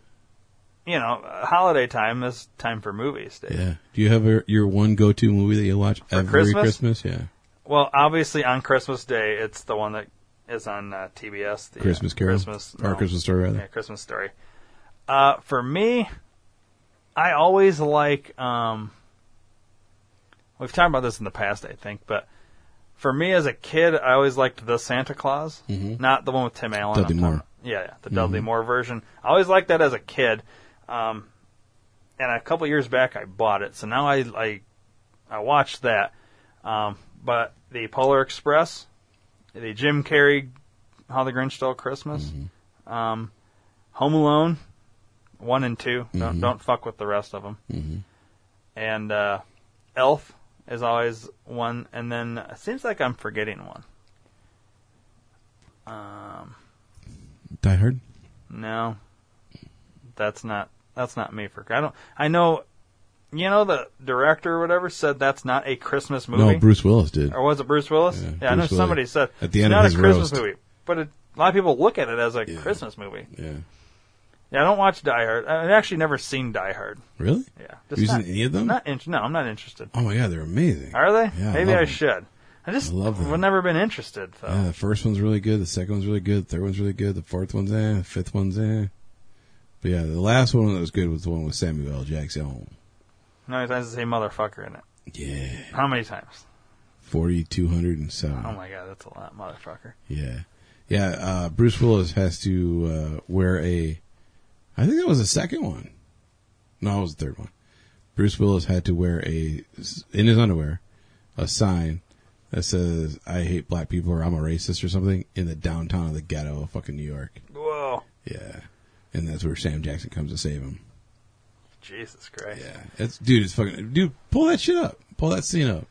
Speaker 3: you know, uh, holiday time is time for movies. Dave.
Speaker 1: Yeah. Do you have a, your one go to movie that you watch every
Speaker 3: Christmas?
Speaker 1: Yeah.
Speaker 3: Well, obviously on Christmas Day, it's the one that is on uh, TBS. The, uh,
Speaker 1: Christmas Carol
Speaker 3: Christmas
Speaker 1: or
Speaker 3: no.
Speaker 1: Christmas Story rather.
Speaker 3: Yeah, Christmas story. Uh, for me, I always like. Um, we've talked about this in the past, I think, but for me as a kid, I always liked the Santa Claus, not the one with Tim Allen.
Speaker 1: Dudley
Speaker 3: I'm talking-
Speaker 1: Moore.
Speaker 3: Yeah, yeah, the Dudley Moore version. I always liked that as a kid. Um, and a couple years back, I bought it, so now I I, I watched that. Um, but the Polar Express, the Jim Carrey, How the Grinch Stole Christmas, um, Home Alone, one and 2 Don't don't fuck with the rest of them.
Speaker 1: Mm-hmm.
Speaker 3: And uh, Elf is always one, and then it seems like I'm forgetting one. Um,
Speaker 1: Die Hard.
Speaker 3: no, that's not that's not me for. I don't. I know, you know, the director or whatever said that's not a Christmas movie. Oh.
Speaker 1: No, Bruce Willis did.
Speaker 3: or was it Bruce Willis?
Speaker 1: Yeah,
Speaker 3: Yeah, I know
Speaker 1: Bruce Willis.
Speaker 3: somebody said
Speaker 1: At the
Speaker 3: it's
Speaker 1: end of
Speaker 3: not
Speaker 1: his
Speaker 3: a Christmas
Speaker 1: roast.
Speaker 3: movie, but it, a lot of people look at it as a
Speaker 1: Yeah.
Speaker 3: Christmas movie.
Speaker 1: Yeah.
Speaker 3: Yeah, I don't watch Die Hard. I've actually never seen Die Hard.
Speaker 1: Really?
Speaker 3: Yeah,
Speaker 1: You
Speaker 3: just
Speaker 1: seen
Speaker 3: not-
Speaker 1: any of them?
Speaker 3: Not in, no, I'm not interested.
Speaker 1: Oh my god, they're amazing.
Speaker 3: Are they?
Speaker 1: Yeah,
Speaker 3: Maybe
Speaker 1: love
Speaker 3: I
Speaker 1: them.
Speaker 3: should. I just
Speaker 1: I love them.
Speaker 3: have never been interested though.
Speaker 1: Yeah, the first one's really good. The second one's really good. The third one's really good. The fourth one's eh. The fifth one's eh. But yeah, the last one that was good was the one with Samuel L. Jackson.
Speaker 3: How many times does it say motherfucker in it?
Speaker 1: Yeah,
Speaker 3: How many times?
Speaker 1: forty two hundred and seven.
Speaker 3: Oh my god, that's a lot, motherfucker.
Speaker 1: Yeah, yeah. Uh, Bruce Willis has to uh, wear a. I think that was the second one. No, it was the third one. Bruce Willis had to wear a in his underwear a sign that says "I hate black people" or "I'm a racist" or something in the downtown of the ghetto of fucking New York.
Speaker 3: Whoa,
Speaker 1: Yeah, and that's where Sam Jackson comes to save him.
Speaker 3: Jesus Christ.
Speaker 1: Yeah, it's dude. It's fucking dude. Pull that shit up. Pull that scene up.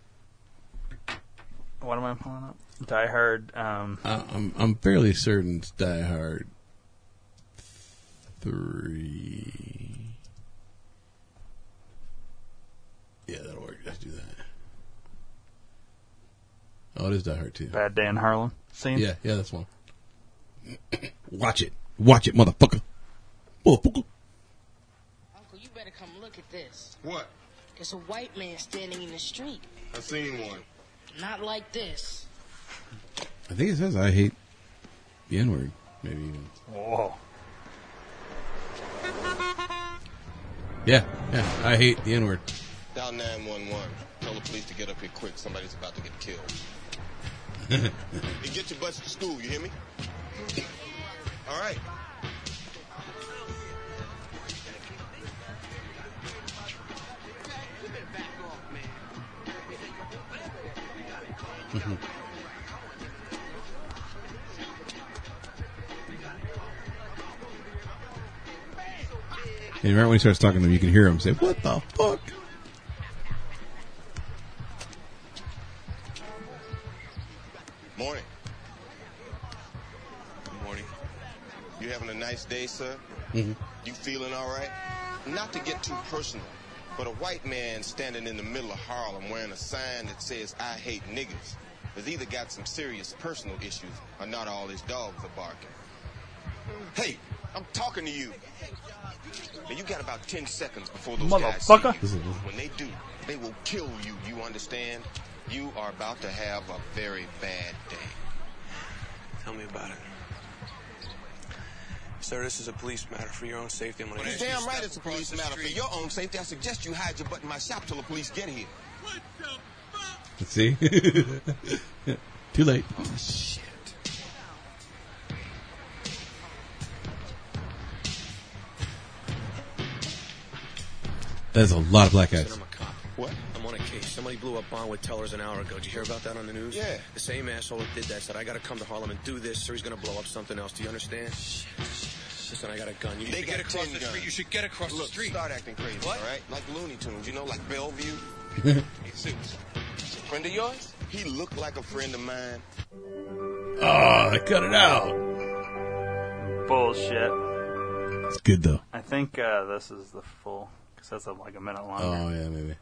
Speaker 3: What am I pulling up? Die Hard. Um,
Speaker 1: I- I'm I'm fairly certain it's Die Hard three. Yeah, that'll work. Let's do that. Oh, it is Die Hard two.
Speaker 3: Bad Day in Harlem scene.
Speaker 1: Yeah, yeah, that's one. Watch it, watch it, motherfucker, motherfucker.
Speaker 4: Uncle, you better come look at this.
Speaker 2: What?
Speaker 4: There's a white man standing in the street.
Speaker 2: I seen one.
Speaker 4: Not like this.
Speaker 1: I think it says I hate the N word. Maybe even.
Speaker 3: Whoa.
Speaker 1: Yeah, yeah. I hate the N word.
Speaker 2: Dial 911. Tell the police to get up here quick. Somebody's about to get killed. and get your butts to school, you hear me? All right.
Speaker 1: And right when he starts talking to him, you can hear him say, "What the fuck."
Speaker 2: Morning. Morning. You having a nice day, sir? Mm-hmm. You feeling all right? Not to get too personal, but a white man standing in the middle of Harlem wearing a sign that says, I hate niggas, has either got some serious personal issues or not all his dogs are barking. Hey, I'm talking to you. Now you got about 10 seconds before those guys see
Speaker 3: Motherfucker.
Speaker 2: you. When they do, they will kill you. You understand? You are about to have a very bad day.
Speaker 5: Tell me about it. Sir, this is a police matter for your own safety. I'm gonna
Speaker 2: You're
Speaker 5: ask
Speaker 2: damn
Speaker 5: you
Speaker 2: right it's a police matter. For your own safety, I suggest you hide your butt in my shop till the police get here.
Speaker 1: See? Too late. That's a lot of black guys.
Speaker 5: I'm a cop.
Speaker 2: What?
Speaker 5: I'm on a case. Somebody blew up bond with tellers an hour ago. Did you hear about that on the news?
Speaker 2: Yeah.
Speaker 5: The same asshole that did that said, I gotta come to Harlem and do this, or he's gonna blow up something else. Do you understand? Listen, I got a gun. You
Speaker 2: They
Speaker 5: need
Speaker 2: got
Speaker 5: to get across
Speaker 2: tin
Speaker 5: the
Speaker 2: guns.
Speaker 5: street. You should get across
Speaker 2: Look,
Speaker 5: the street.
Speaker 2: start acting crazy, all right? Like Looney Tunes, you know, like Bellevue. hey, Suits. Friend of yours? He looked like a friend of mine.
Speaker 1: Ah, cut it out.
Speaker 3: Bullshit.
Speaker 1: It's good though.
Speaker 3: I think uh, this is the full because that's uh, like a minute long.
Speaker 1: Oh yeah, maybe.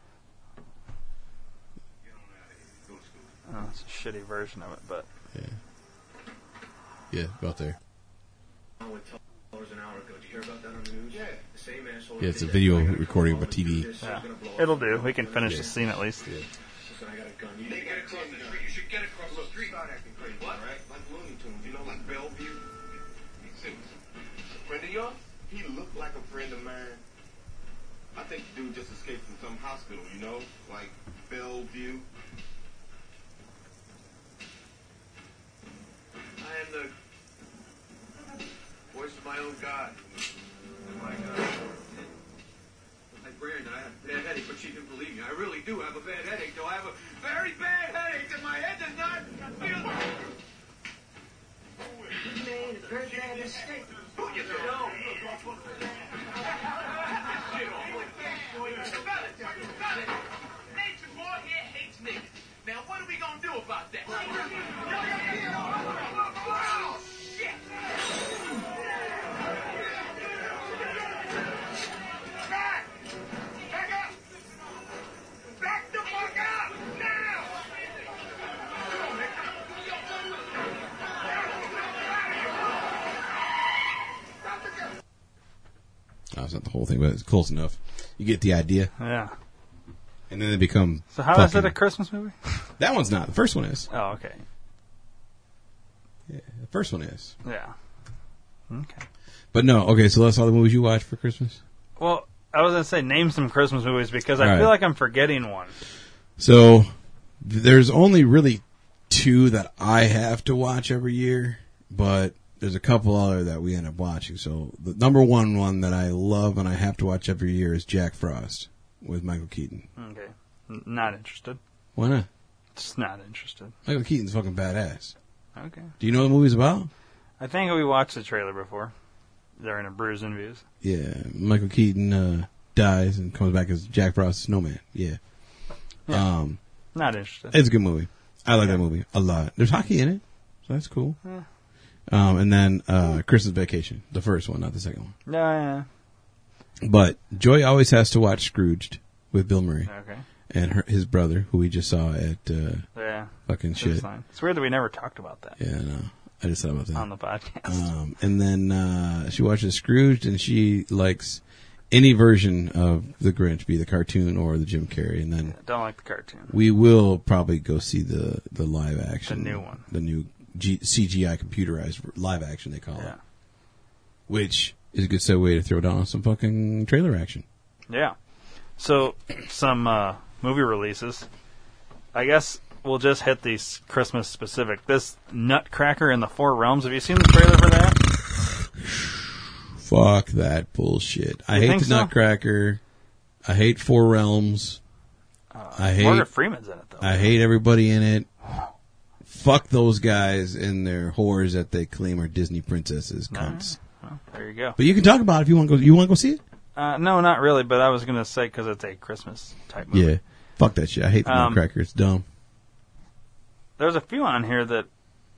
Speaker 3: Uh, it's a shitty version of it, but
Speaker 1: Yeah. Yeah, about there. Yeah, it's a video recording of a TV.
Speaker 3: yeah, uh, it'll do. We can finish the scene at least.
Speaker 5: Listen, I got a gun. You need to get across the street. You should get across the street. Start acting crazy. What? Like Looney Tunes. You know,
Speaker 2: you look like a friend of mine? I think the dude just escaped from some hospital, you know? Like Bellevue.
Speaker 6: I am the voice of my own God. Oh my God. I ran and I have a bad headache, but she didn't believe me. I really do have a bad headache, though. I have a very bad headache, and my head does not feel.
Speaker 4: You made a very bad mistake.
Speaker 6: Who you know? Nature boy here hates niggas. Now what are we gonna do about that? Oh, shit! Back! Back up! Back the fuck up! Now!
Speaker 1: Oh, it's not the whole thing, but it's close enough. You get the idea.
Speaker 3: Yeah.
Speaker 1: And then they become.
Speaker 3: So how is it
Speaker 1: fucking-
Speaker 3: a Christmas movie?
Speaker 1: That one's not. The first one is.
Speaker 3: Oh, okay.
Speaker 1: Yeah, the first one is.
Speaker 3: Yeah. Okay.
Speaker 1: But no, okay, so that's all the movies you watch for Christmas?
Speaker 3: Well, I was gonna say name some Christmas movies because I
Speaker 1: All right.
Speaker 3: feel like I'm forgetting one.
Speaker 1: So there's only really two that I have to watch every year, but there's a couple other that we end up watching. So the number one one that I love and I have to watch every year is Jack Frost with Michael Keaton.
Speaker 3: Okay. N- not interested.
Speaker 1: Why not?
Speaker 3: Just not interested.
Speaker 1: Michael Keaton's fucking badass.
Speaker 3: Okay.
Speaker 1: Do you know what the movie's about?
Speaker 3: I think we watched the trailer before. They're in a bruise and views.
Speaker 1: Yeah, Michael Keaton uh, dies and comes back as Jack Frost Snowman. Yeah. Um,
Speaker 3: Not interested.
Speaker 1: it's a good movie. I like that movie a lot. There's hockey in it, so that's cool.
Speaker 3: Yeah.
Speaker 1: Um, and then uh, Christmas Vacation, the first one, not the second one.
Speaker 3: No, yeah,
Speaker 1: But Joy always has to watch Scrooged with Bill Murray
Speaker 3: yeah. Okay.
Speaker 1: and her, his brother, who we just saw at uh,
Speaker 3: Yeah.
Speaker 1: fucking
Speaker 3: It's
Speaker 1: shit.
Speaker 3: fine. It's weird that we never talked about that
Speaker 1: Yeah, no, I just thought about that.
Speaker 3: on the podcast.
Speaker 1: Um, and then uh, she watches Scrooged, and she likes any version of the Grinch, be the cartoon or the Jim Carrey. And then
Speaker 3: I don't like the cartoon.
Speaker 1: we will probably go see the the live action,
Speaker 3: The new one.
Speaker 1: the new G- CGI computerized live action they call
Speaker 3: Yeah.
Speaker 1: it, which is a good segue to throw down some fucking trailer action.
Speaker 3: Yeah. So some uh, movie releases. I guess we'll just hit these Christmas specific. This Nutcracker in the Four Realms. Have you seen the trailer for that?
Speaker 1: Fuck that bullshit. I
Speaker 3: You
Speaker 1: hate
Speaker 3: think
Speaker 1: the
Speaker 3: so?
Speaker 1: Nutcracker. I hate Four Realms.
Speaker 3: Uh,
Speaker 1: I hate
Speaker 3: Morgan Freeman's in it though.
Speaker 1: I hate everybody in it. Fuck those guys and their whores that they claim are Disney princesses, cunts.
Speaker 3: Well, there you go.
Speaker 1: But you can talk about it if you want to go. You want to go see it?
Speaker 3: Uh, no, not really. But I was gonna say because it's a Christmas type movie.
Speaker 1: Yeah. Fuck that shit. I hate the
Speaker 3: Um,
Speaker 1: Nutcracker. It's dumb.
Speaker 3: There's a few on here that,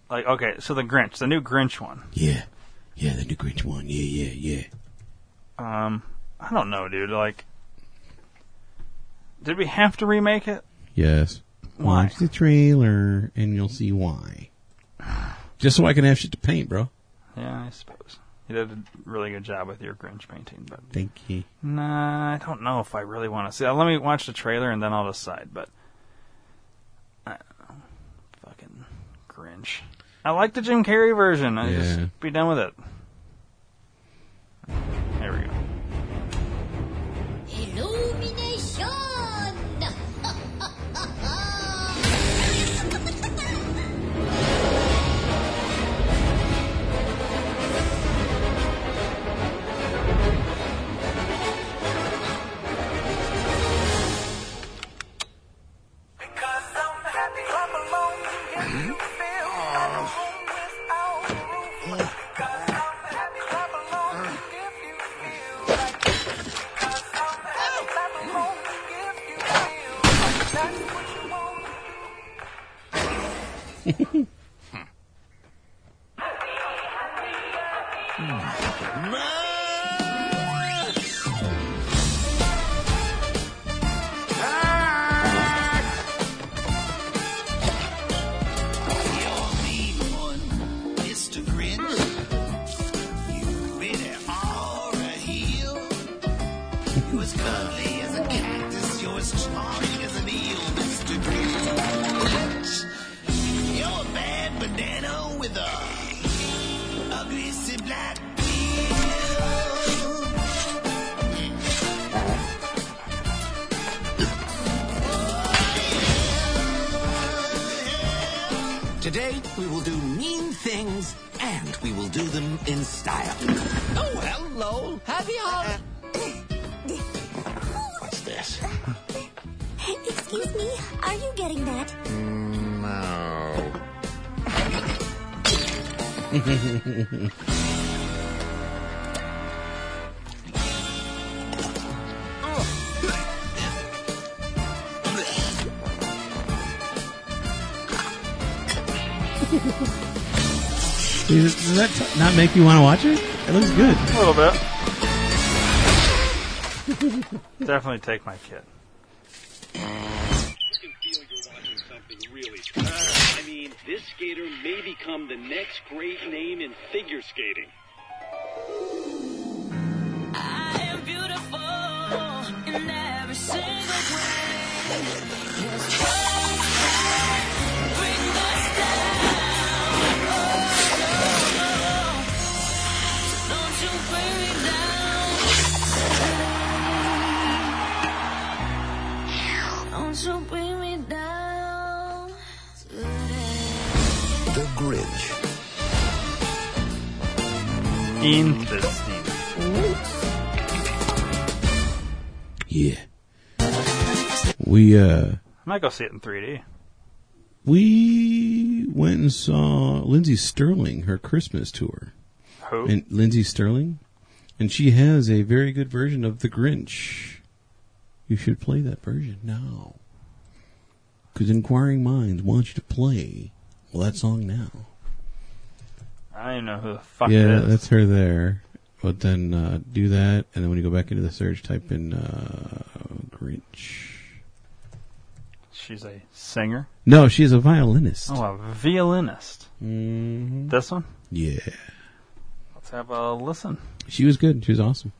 Speaker 3: like, okay, so the Grinch, the new Grinch one.
Speaker 1: Yeah. Yeah, the new Grinch one. Yeah, yeah, yeah.
Speaker 3: Um, I don't know, dude. Like, did we have to remake it?
Speaker 1: Yes.
Speaker 3: Why?
Speaker 1: Watch the trailer and you'll see why. Just so I can have shit to paint, bro.
Speaker 3: Yeah, I suppose. You did a really good job with your Grinch painting, but
Speaker 1: Thank you.
Speaker 3: nah, I don't know if I really want to see. That. Let me watch the trailer and then I'll decide. But I don't know. fucking Grinch. I like the Jim Carrey version. I
Speaker 1: Yeah.
Speaker 3: just be done with it. There we go.
Speaker 7: Illumination!
Speaker 6: Because I'm happy, clap along if you feel that the room is out of roof. Because I'm happy, clap along if you feel like it. Because I'm happy, clap along if you feel like that's what you want.
Speaker 8: You'll need one, Mr. Grinch. You really are a heel. You as cuddly as a cactus, you're as charming as an eel, Mr. Grinch. You're a bad banana with a ugly black peel. Today, we will do mean things, and we will do them in style. Oh, hello. Happy holiday. What's this?
Speaker 7: Excuse me, are you getting that?
Speaker 8: No.
Speaker 1: Does does that t- not make you want to watch it? It looks good.
Speaker 3: A little bit. Definitely take my kid.
Speaker 9: You can feel you're watching something really special. I mean, this skater may become the next great name in figure skating.
Speaker 6: I am beautiful in every single way. Yes, bring us down. Oh, no. Don't you bring me down. Don't you bring me down today.
Speaker 8: The Grinch.
Speaker 3: Interesting.
Speaker 1: Yeah. We uh
Speaker 3: I might go see it in 3D.
Speaker 1: we went and saw Lindsay Sterling her Christmas tour.
Speaker 3: Who?
Speaker 1: And Lindsay Sterling, and she has a very good version of The Grinch. You should play that version now. Cuz inquiring minds want you to play well that song now.
Speaker 3: I don't even know who the fuck
Speaker 1: yeah,
Speaker 3: it is.
Speaker 1: that's her there. But then uh, do that, and then when you go back into the search, type in uh, Grinch.
Speaker 3: She's a singer.
Speaker 1: No, she's a violinist.
Speaker 3: Oh, a violinist.
Speaker 1: hmm
Speaker 3: This one?
Speaker 1: Yeah,
Speaker 3: Let's have a listen.
Speaker 1: she was good. She was awesome.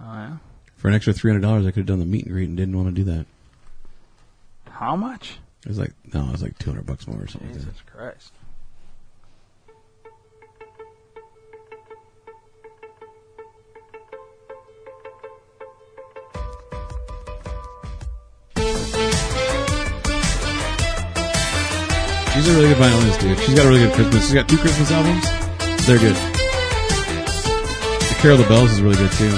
Speaker 3: Oh, yeah.
Speaker 1: For an extra three hundred dollars, I could have done the meet and greet and didn't want to do that.
Speaker 3: How much?
Speaker 1: It was like no, it was like two hundred bucks more or something like
Speaker 3: Jesus
Speaker 1: that.
Speaker 3: Christ.
Speaker 1: She's a really good violinist, dude. She's got a really good Christmas. She's got two Christmas albums. They're good. The Carol of the Bells is really good too.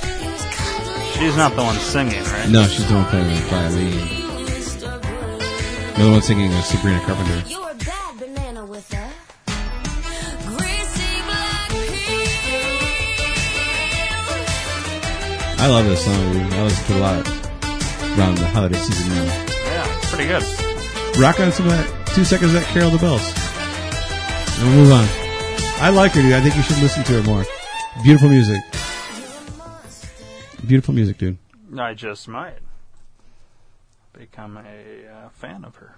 Speaker 3: She's not the one singing, right?
Speaker 1: No, she's the one playing the violin. The other one singing is Sabrina Carpenter.
Speaker 7: You're a bad banana with a greasy black peel.
Speaker 1: I love this song. Dude. I listen to it a lot around the holiday season now.
Speaker 3: Yeah, it's pretty good.
Speaker 1: Rock on some of that two seconds of that Carol of the Bells. And we'll move on. I like her, dude. I think you should listen to her more. Beautiful music. Beautiful music, dude.
Speaker 3: I just might become a uh, fan of her.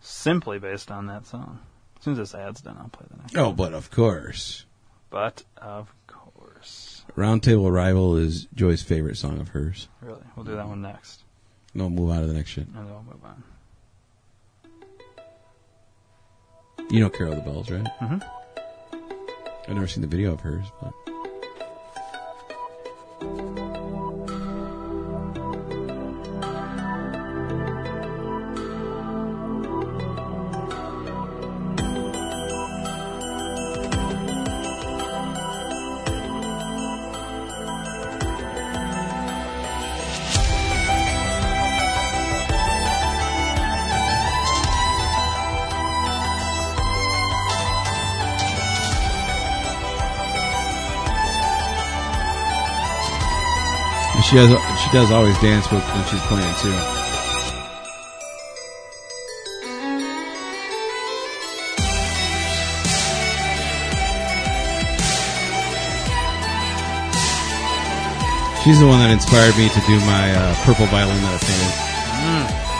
Speaker 3: Simply based on that song. As soon as this ad's done, I'll play the next.
Speaker 1: Oh, but of course.
Speaker 3: But of course,
Speaker 1: Roundtable Arrival is Joy's favorite song of hers.
Speaker 3: really, we'll do that one next,
Speaker 1: No, move on to the next shit.
Speaker 3: and then we'll move on.
Speaker 1: You know Carol of the Bells, right?
Speaker 3: Mhm.
Speaker 1: I've never seen the video of hers, but. And She does. She does always dance with when she's playing too. She's the one that inspired me to do my uh, purple violin that I painted.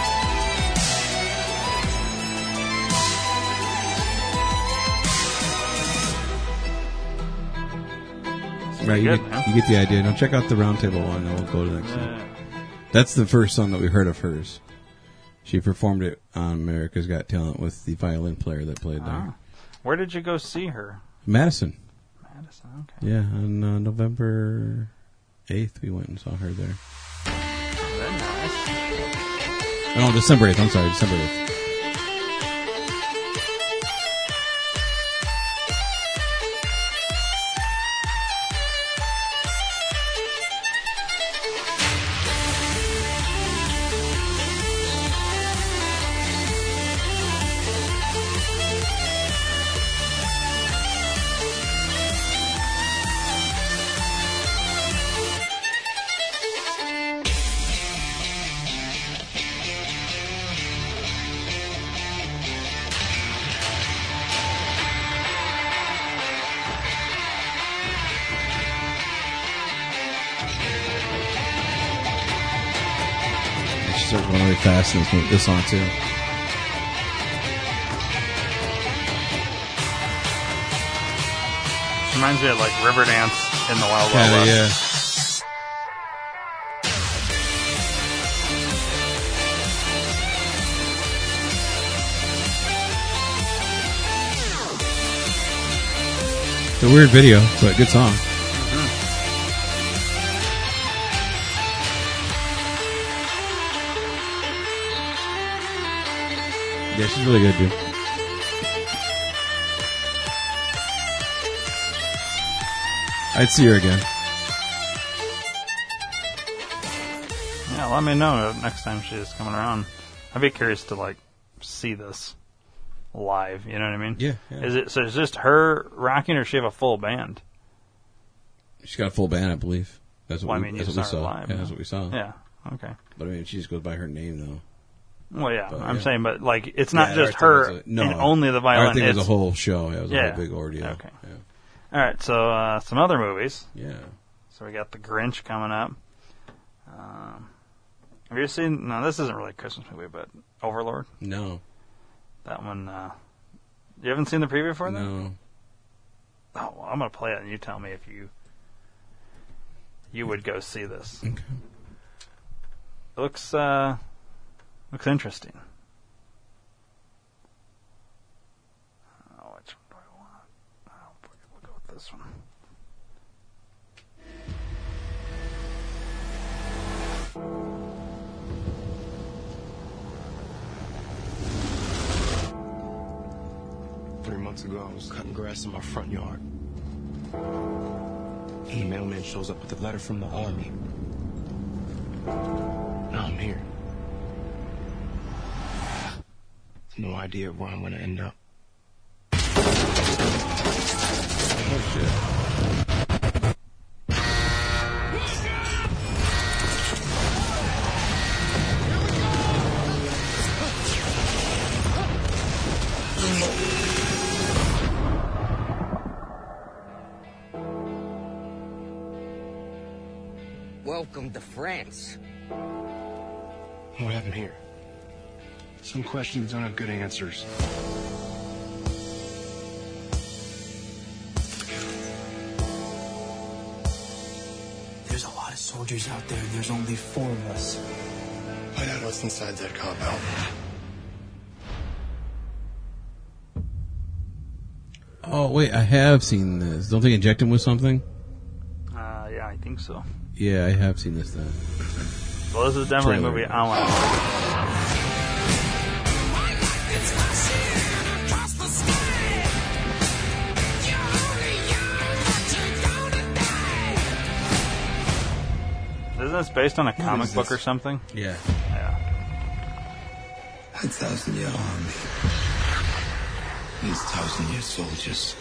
Speaker 1: Right, you,
Speaker 3: Good, man.
Speaker 1: get, you get the idea. Now check out the roundtable one, and we'll go to the next one.
Speaker 3: Uh,
Speaker 1: That's the first song that we heard of hers. She performed it on America's Got Talent with the violin player that played there.
Speaker 3: Where did you go see her?
Speaker 1: Madison.
Speaker 3: Madison. Okay.
Speaker 1: Yeah, on uh, November 8th, we went and saw her there.
Speaker 3: Very nice.
Speaker 1: No, Oh, December 8th. I'm sorry, December 8th. She started going really fast in this, mo- this song, too.
Speaker 3: She reminds me of like Riverdance in the Wild Wild
Speaker 1: Kinda,
Speaker 3: West.
Speaker 1: yeah. It's a weird video, but good song. Mm-hmm. Yeah, she's really good, dude. I'd see her again.
Speaker 3: Yeah, let me know next time she's coming around. I'd be curious to like see this live. You know what I mean?
Speaker 1: Yeah, yeah.
Speaker 3: Is it so? Is just her rocking, or does she have a full band?
Speaker 1: She's got a full band, I believe. That's what
Speaker 3: Well, I
Speaker 1: we,
Speaker 3: mean, you
Speaker 1: that's what
Speaker 3: saw
Speaker 1: we
Speaker 3: her
Speaker 1: saw.
Speaker 3: live,
Speaker 1: yeah,
Speaker 3: yeah.
Speaker 1: that's what we saw.
Speaker 3: Yeah. Okay.
Speaker 1: But I mean, she just goes by her name though.
Speaker 3: Well, yeah.
Speaker 1: But,
Speaker 3: I'm
Speaker 1: yeah.
Speaker 3: saying, but like, it's not
Speaker 1: Yeah,
Speaker 3: just
Speaker 1: our
Speaker 3: her
Speaker 1: thing was a- no,
Speaker 3: and only the violin.
Speaker 1: I think it was a
Speaker 3: It's-
Speaker 1: whole show. Yeah, it was a
Speaker 3: Yeah.
Speaker 1: whole big ordeal.
Speaker 3: Okay.
Speaker 1: Yeah.
Speaker 3: All right. So uh, some other movies.
Speaker 1: yeah.
Speaker 3: So we got the Grinch coming up. Um, have you seen? No, this isn't really a Christmas movie, but Overlord.
Speaker 1: No.
Speaker 3: That one. Uh, you haven't seen the preview for that?
Speaker 1: No.
Speaker 3: Oh, well, I'm gonna play it, and you tell me if you you would go see this.
Speaker 1: Okay.
Speaker 3: It looks uh, looks interesting. Oh, which one do I want? Oh, we'll go with this one.
Speaker 5: Three months ago, I was cutting grass in my front yard. And the mailman shows up with a letter from the army. Now I'm here. No idea where I'm gonna end up.
Speaker 10: Welcome to France.
Speaker 5: What happened here? Some questions don't have good answers.
Speaker 8: There's a lot of soldiers out there, and there's only four of us.
Speaker 5: Find out what's inside that compound.
Speaker 1: Oh wait, I have seen this. Don't they inject him with something?
Speaker 3: Uh, yeah, I think so.
Speaker 1: Yeah, I have seen this. Then
Speaker 3: Well, this is definitely a
Speaker 1: Trailer.
Speaker 3: movie I want. to Isn't this based on a comic
Speaker 5: is
Speaker 3: book
Speaker 5: this?
Speaker 3: or something?
Speaker 1: yeah,
Speaker 3: Yeah.
Speaker 5: A thousand year army. These thousand year soldiers.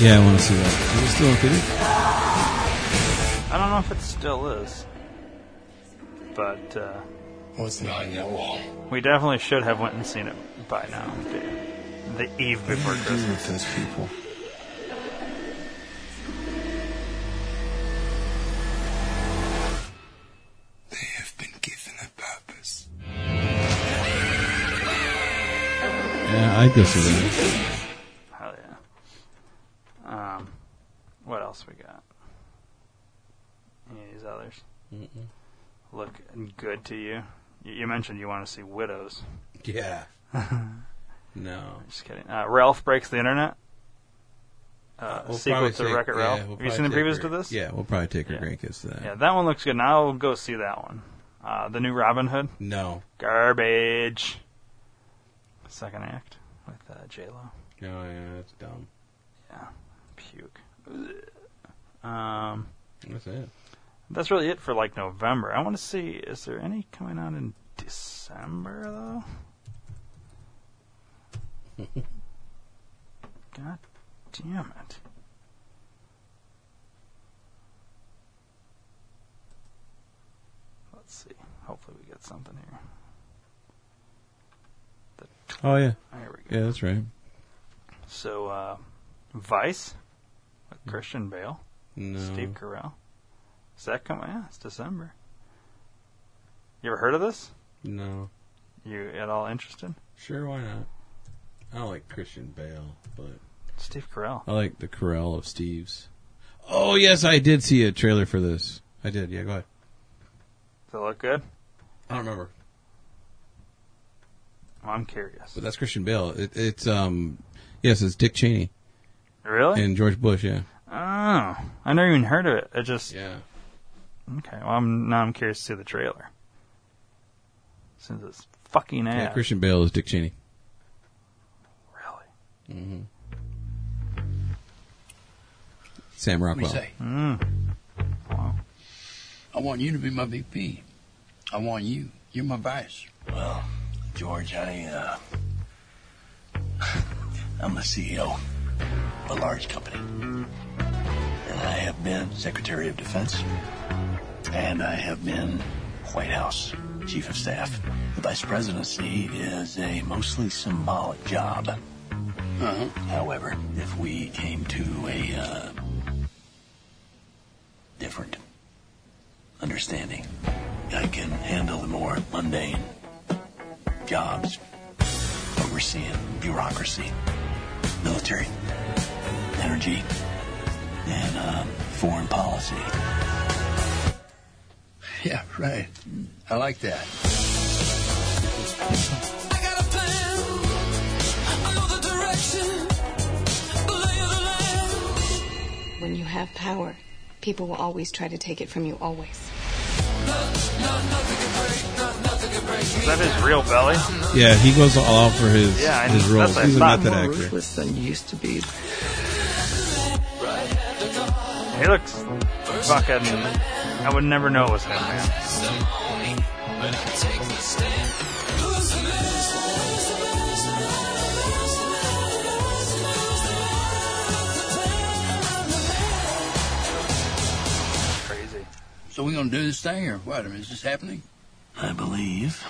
Speaker 1: yeah, I want to see that. Is it still in theater?
Speaker 3: I don't know if it still is, but uh,
Speaker 5: What's behind that wall?
Speaker 3: we definitely should have went and seen it by now. The, the eve before Christmas.
Speaker 5: with those people? They have been given a purpose.
Speaker 1: I go see that.
Speaker 3: Hell yeah. Um, what else we got? Any of these others look good to you? You, you mentioned you want to see Widows.
Speaker 1: Yeah. no.
Speaker 3: Just kidding. Uh, Ralph breaks the internet. Uh,
Speaker 1: We'll
Speaker 3: sequel
Speaker 1: probably
Speaker 3: to
Speaker 1: take-
Speaker 3: Wreck It
Speaker 1: yeah,
Speaker 3: Ralph.
Speaker 1: we'll
Speaker 3: Have you
Speaker 1: probably
Speaker 3: seen the
Speaker 1: take
Speaker 3: previews
Speaker 1: her-
Speaker 3: to this?
Speaker 1: Yeah, we'll probably take our grandkids to that.
Speaker 3: Yeah, that one looks good. And I'll go see that one. Uh, the new Robin Hood.
Speaker 1: No.
Speaker 3: Garbage. Second act with uh, J Lo.
Speaker 1: Oh yeah, that's dumb.
Speaker 3: Yeah. Puke. Um,
Speaker 1: That's it.
Speaker 3: that's really it for like November. I want to see is there any coming out in December though? God damn it. Let's see. Hopefully we get something here.
Speaker 1: Oh yeah.
Speaker 3: There we go.
Speaker 1: Yeah, that's right.
Speaker 3: So uh Vice with Christian Bale.
Speaker 1: Mm. No.
Speaker 3: Steve Carell. Is that coming? Yeah, it's December. You ever heard of this?
Speaker 1: No.
Speaker 3: You at all interested?
Speaker 1: Sure, why not? I don't like Christian Bale, but
Speaker 3: Steve Carell.
Speaker 1: I like the Corral of Steve's. Oh yes, I did see a trailer for this. I did. Yeah, go ahead.
Speaker 3: Does it look good?
Speaker 1: I don't remember,
Speaker 3: I'm curious.
Speaker 1: but that's Christian Bale. It, it's um, yes, it's Dick Cheney
Speaker 3: Really?
Speaker 1: and George Bush. Yeah.
Speaker 3: oh, I never even heard of it. I just
Speaker 1: Yeah.
Speaker 3: okay. Well, I'm now I'm curious to see the trailer. Since it's fucking
Speaker 1: Yeah.
Speaker 3: ass.
Speaker 1: Christian Bale is Dick Cheney.
Speaker 3: really?
Speaker 1: Sam Rockwell.
Speaker 11: Hmm. I want you to be my VP. I want you. You're my vice.
Speaker 6: Well, George, I, uh, I'm the CEO of a large company. And I have been Secretary of Defense. And I have been White House Chief of Staff. The Vice Presidency is a mostly symbolic job. However, if we came to a, uh, different understanding, I can handle the more mundane jobs, overseeing bureaucracy, military, energy, and uh, foreign policy.
Speaker 11: Yeah, right. I like that.
Speaker 12: When you have power, people will always try to take it from you, always.
Speaker 3: Is that his real belly?
Speaker 1: Yeah, he goes all out for his
Speaker 3: Yeah, I
Speaker 1: his
Speaker 3: know.
Speaker 1: roles.
Speaker 3: That's what I
Speaker 1: He's a
Speaker 3: thought.
Speaker 1: method
Speaker 3: More
Speaker 1: actor.
Speaker 6: Ruthless than you used to be.
Speaker 3: He looks fucking. I would never know it was him, man. Crazy.
Speaker 11: So we gonna do this thing or what? I mean, is this happening?
Speaker 6: I believe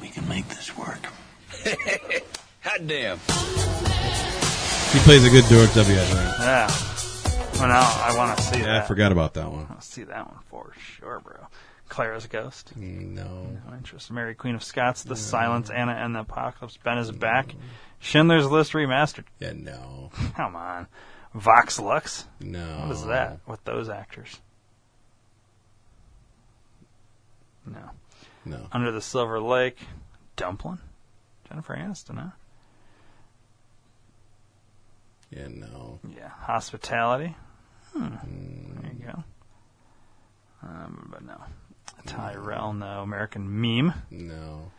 Speaker 6: we can make this work.
Speaker 11: Hot damn.
Speaker 1: He plays a good George W. I think.
Speaker 3: Yeah. Well, now I want to see
Speaker 1: Yeah,
Speaker 3: that.
Speaker 1: I forgot about that one.
Speaker 3: I'll see that one for sure, bro. Clara's Ghost.
Speaker 1: Mm, No.
Speaker 3: No interest. Mary Queen of Scots, The Silence, Anna and the Apocalypse, Ben is back. Schindler's List remastered.
Speaker 1: Yeah, no,
Speaker 3: Come on. Vox Lux.
Speaker 1: no.
Speaker 3: What is that with those actors? No.
Speaker 1: No.
Speaker 3: Under the Silver Lake. Dumpling? Jennifer Aniston, huh?
Speaker 1: Yeah, no.
Speaker 3: Yeah. Hospitality. Hmm. There you go. Um, but no. Tyrell, no. American Meme.
Speaker 1: No.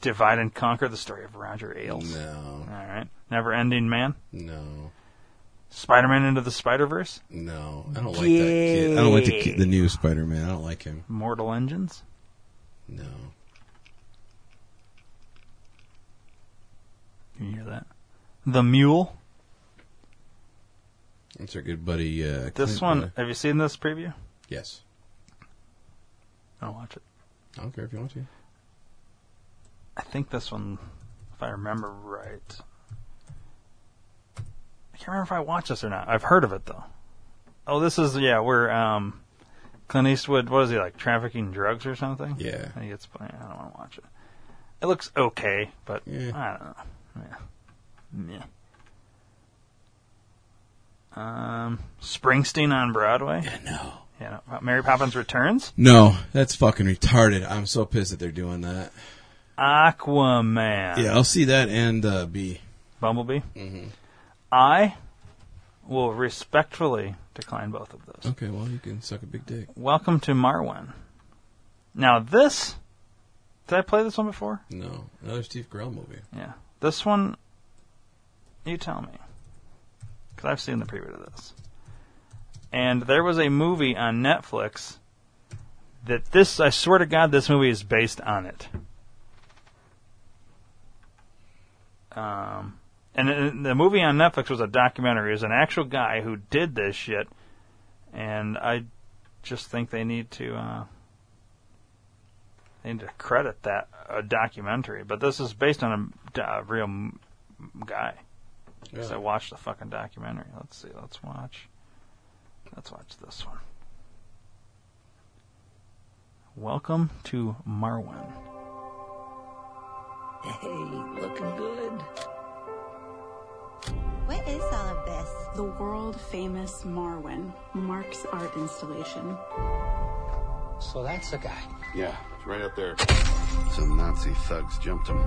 Speaker 3: Divide and Conquer, the story of Roger Ailes.
Speaker 1: No.
Speaker 3: All right. Never Ending Man.
Speaker 1: No.
Speaker 3: Spider Man Into the Spider Verse.
Speaker 1: No. I don't like that kid. I don't like the, kid, the new Spider Man. I don't like him.
Speaker 3: Mortal Engines.
Speaker 1: No.
Speaker 3: Can you hear that? The Mule.
Speaker 1: That's our good buddy. Uh,
Speaker 3: This
Speaker 1: Clint,
Speaker 3: one,
Speaker 1: uh,
Speaker 3: have you seen this preview?
Speaker 1: yes.
Speaker 3: I'll watch it.
Speaker 1: I don't care if you want to.
Speaker 3: I think this one, if I remember right, I can't remember if I watched this or not. I've heard of it though. Oh, this is yeah, where um, Clint Eastwood. What is he like? Trafficking drugs or something?
Speaker 1: Yeah.
Speaker 3: And he gets. I don't want to watch it. It looks okay, but I don't know. Yeah. Yeah. Um, Springsteen on Broadway. Yeah,
Speaker 1: no.
Speaker 3: Yeah, no. Mary Poppins Returns.
Speaker 1: No, that's fucking retarded. I'm so pissed that they're doing that.
Speaker 3: Aquaman.
Speaker 1: Yeah, I'll see that and uh, B.
Speaker 3: Bumblebee. I will respectfully decline both of those.
Speaker 1: Okay, well you can suck a big dick.
Speaker 3: Welcome to Marwan. Now this, did I play this one before?
Speaker 1: No, another Steve Carell movie.
Speaker 3: Yeah. This one, you tell me. Because I've seen the preview of this. And there was a movie on Netflix that this, I swear to God, this movie is based on it. Um, and it- the movie on Netflix was a documentary. It was an actual guy who did this shit. And I just think they need to, uh, they need to credit that a documentary, but this is based on a, d- a real m- guy. So I watched the fucking documentary. Let's see. Let's watch. Let's watch this one. Welcome to Marwan.
Speaker 10: Hey, looking good.
Speaker 13: What is all of this? The world famous Marwin, Mark's art installation.
Speaker 10: So that's the guy.
Speaker 14: Yeah, it's right up there. Some Nazi thugs jumped him.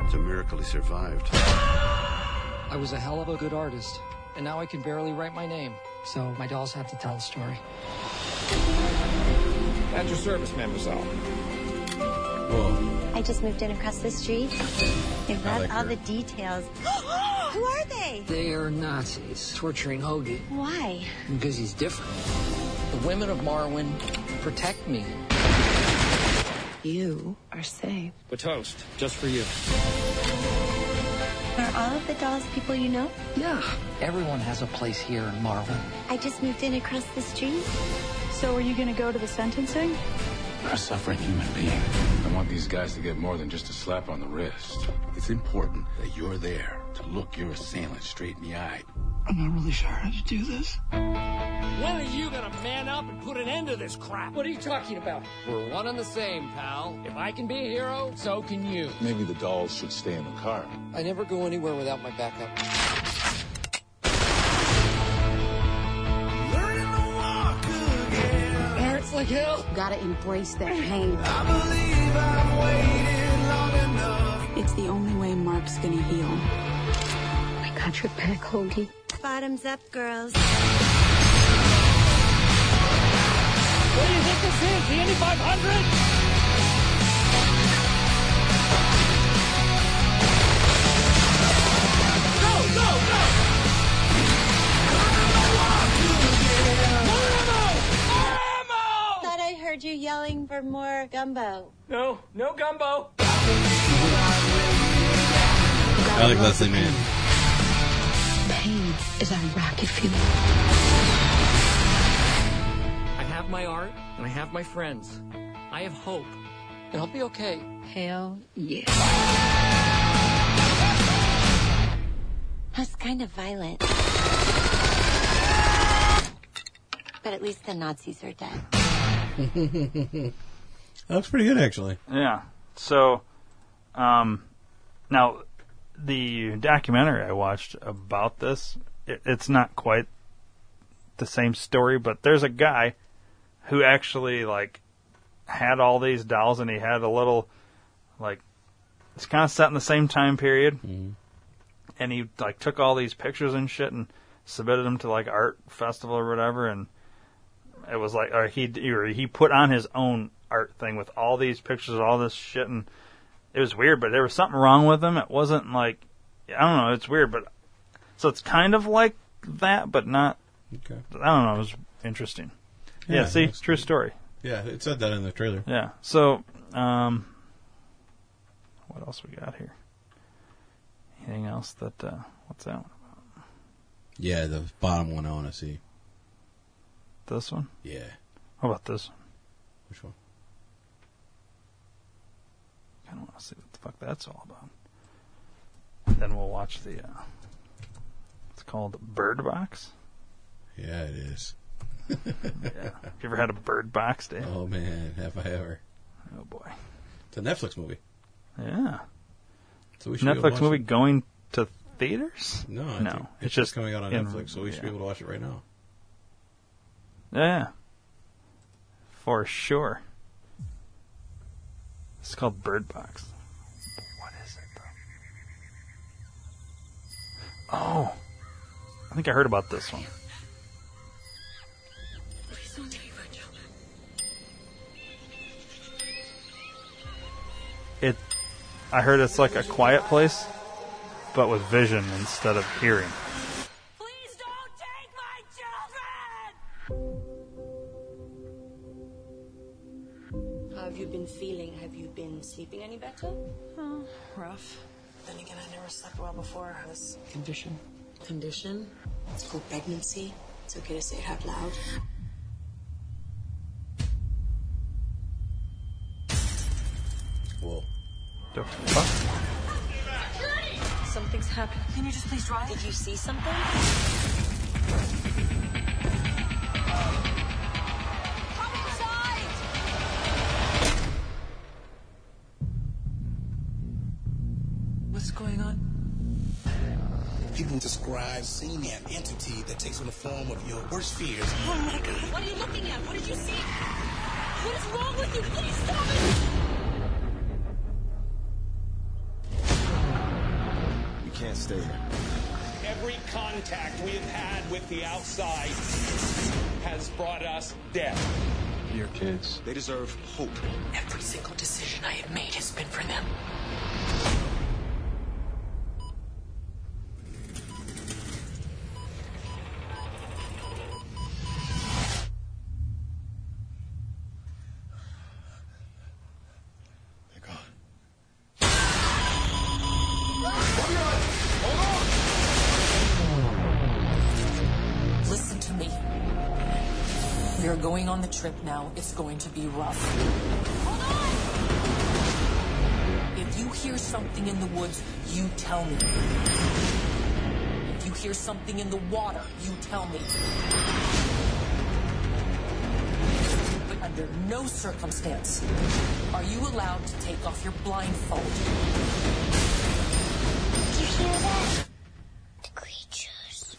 Speaker 14: It's a miracle he survived.
Speaker 15: I was a hell of a good artist, and now I can barely write my name. So my dolls have to tell the story.
Speaker 16: At your service, mademoiselle.
Speaker 13: I just moved in across the street.
Speaker 15: They've
Speaker 13: got
Speaker 15: like
Speaker 13: all
Speaker 15: her.
Speaker 13: the details. Who are they?
Speaker 15: They are Nazis torturing Hoagie
Speaker 13: Why?
Speaker 15: because he's different. The women of Marwin protect me.
Speaker 13: You are safe.
Speaker 16: A toast, just for you.
Speaker 13: Are all of the dolls people you know?
Speaker 15: Yeah. Everyone has a place here in Marwin.
Speaker 13: I just moved in across the street. So are you going to go to the sentencing?
Speaker 17: You're a suffering human being. I want these guys to get more than just a slap on the wrist. It's important that you're there to look your assailant straight in the eye.
Speaker 18: I'm not really sure how to do this.
Speaker 15: When are you gonna man up and put an end to this crap? What are you talking about? We're one and the same, pal. If I can be a hero, so can you.
Speaker 17: Maybe the dolls should stay in the car.
Speaker 15: I never go anywhere without my backup.
Speaker 13: Hurts like hell. Gotta embrace that pain.
Speaker 19: It's the only way Mark's gonna heal.
Speaker 13: I got your back, Hoagie. Bottoms up, girls.
Speaker 15: What do you think this is? The Indy 500?
Speaker 13: Thought I heard you yelling for more gumbo.
Speaker 15: No, no gumbo.
Speaker 1: I like Leslie Mann.
Speaker 13: Pain is our rocket fuel.
Speaker 15: I have my art, and I have my friends. I have hope, and I'll be okay.
Speaker 13: Hell yeah. That's kind of violent. But at least the Nazis are dead.
Speaker 1: that looks pretty good, actually.
Speaker 3: Yeah. So, um, now the documentary I watched about this, it, it's not quite the same story, but there's a guy who actually like had all these dolls, and he had a little like it's kind of set in the same time period, and he like took all these pictures and shit and submitted them to like art festival or whatever, and it was like or he or he put on his own art thing with all these pictures all this shit and it was weird but there was something wrong with him it wasn't like i don't know it's weird but so it's kind of like that but not i don't know it was interesting yeah,
Speaker 1: Yeah,
Speaker 3: see
Speaker 1: that's
Speaker 3: true story
Speaker 1: Yeah, it said that in the trailer.
Speaker 3: yeah so um what else we got here anything else that uh what's that one?
Speaker 1: Yeah, the bottom one I want to see.
Speaker 3: this one
Speaker 1: Yeah.
Speaker 3: how about this one?
Speaker 1: Which one?
Speaker 3: I don't want to see what the fuck that's all about. Then we'll watch the. Uh, it's called Bird Box.
Speaker 1: Yeah, it is.
Speaker 3: yeah. You ever had a bird box, Dave?
Speaker 1: Oh man, have I ever?
Speaker 3: Oh boy.
Speaker 1: It's a Netflix movie.
Speaker 3: Yeah.
Speaker 1: So we should be able to
Speaker 3: Netflix
Speaker 1: watch
Speaker 3: movie
Speaker 1: it.
Speaker 3: going to theaters?
Speaker 1: No, I think
Speaker 3: no,
Speaker 1: it's, just coming out on
Speaker 3: in-
Speaker 1: Netflix, so we should be able to watch it right now.
Speaker 3: Yeah. For sure. It's called Bird Box. What is it, though? Oh. I think I heard about this one. It. I heard it's like a quiet place, but with vision instead of hearing.
Speaker 20: How have you been feeling? Have you been sleeping any better?
Speaker 21: Oh, rough. Then again, I never slept well before this condition.
Speaker 20: Condition? It's called pregnancy. It's okay to say it out loud.
Speaker 1: Whoa.
Speaker 3: The fuck?
Speaker 20: Something's happened. Can you just please drive? Did you see something?
Speaker 21: What's going on?
Speaker 22: People describe seeing an entity that takes on the form of your worst fears.
Speaker 6: Oh my god. What are you looking at? What did you see? What is wrong with you? Please stop it!
Speaker 5: We can't stay here.
Speaker 23: Every contact we have had with the outside has brought us death.
Speaker 5: Your kids. They deserve hope.
Speaker 21: Every single decision I have made has been for them. Listen to me. We are going on the trip now. It's going to be rough. If you hear something in the woods, you tell me. If you hear something in the water, you tell me. But under no circumstance are you allowed to take off your blindfold. Did you hear that? Creatures.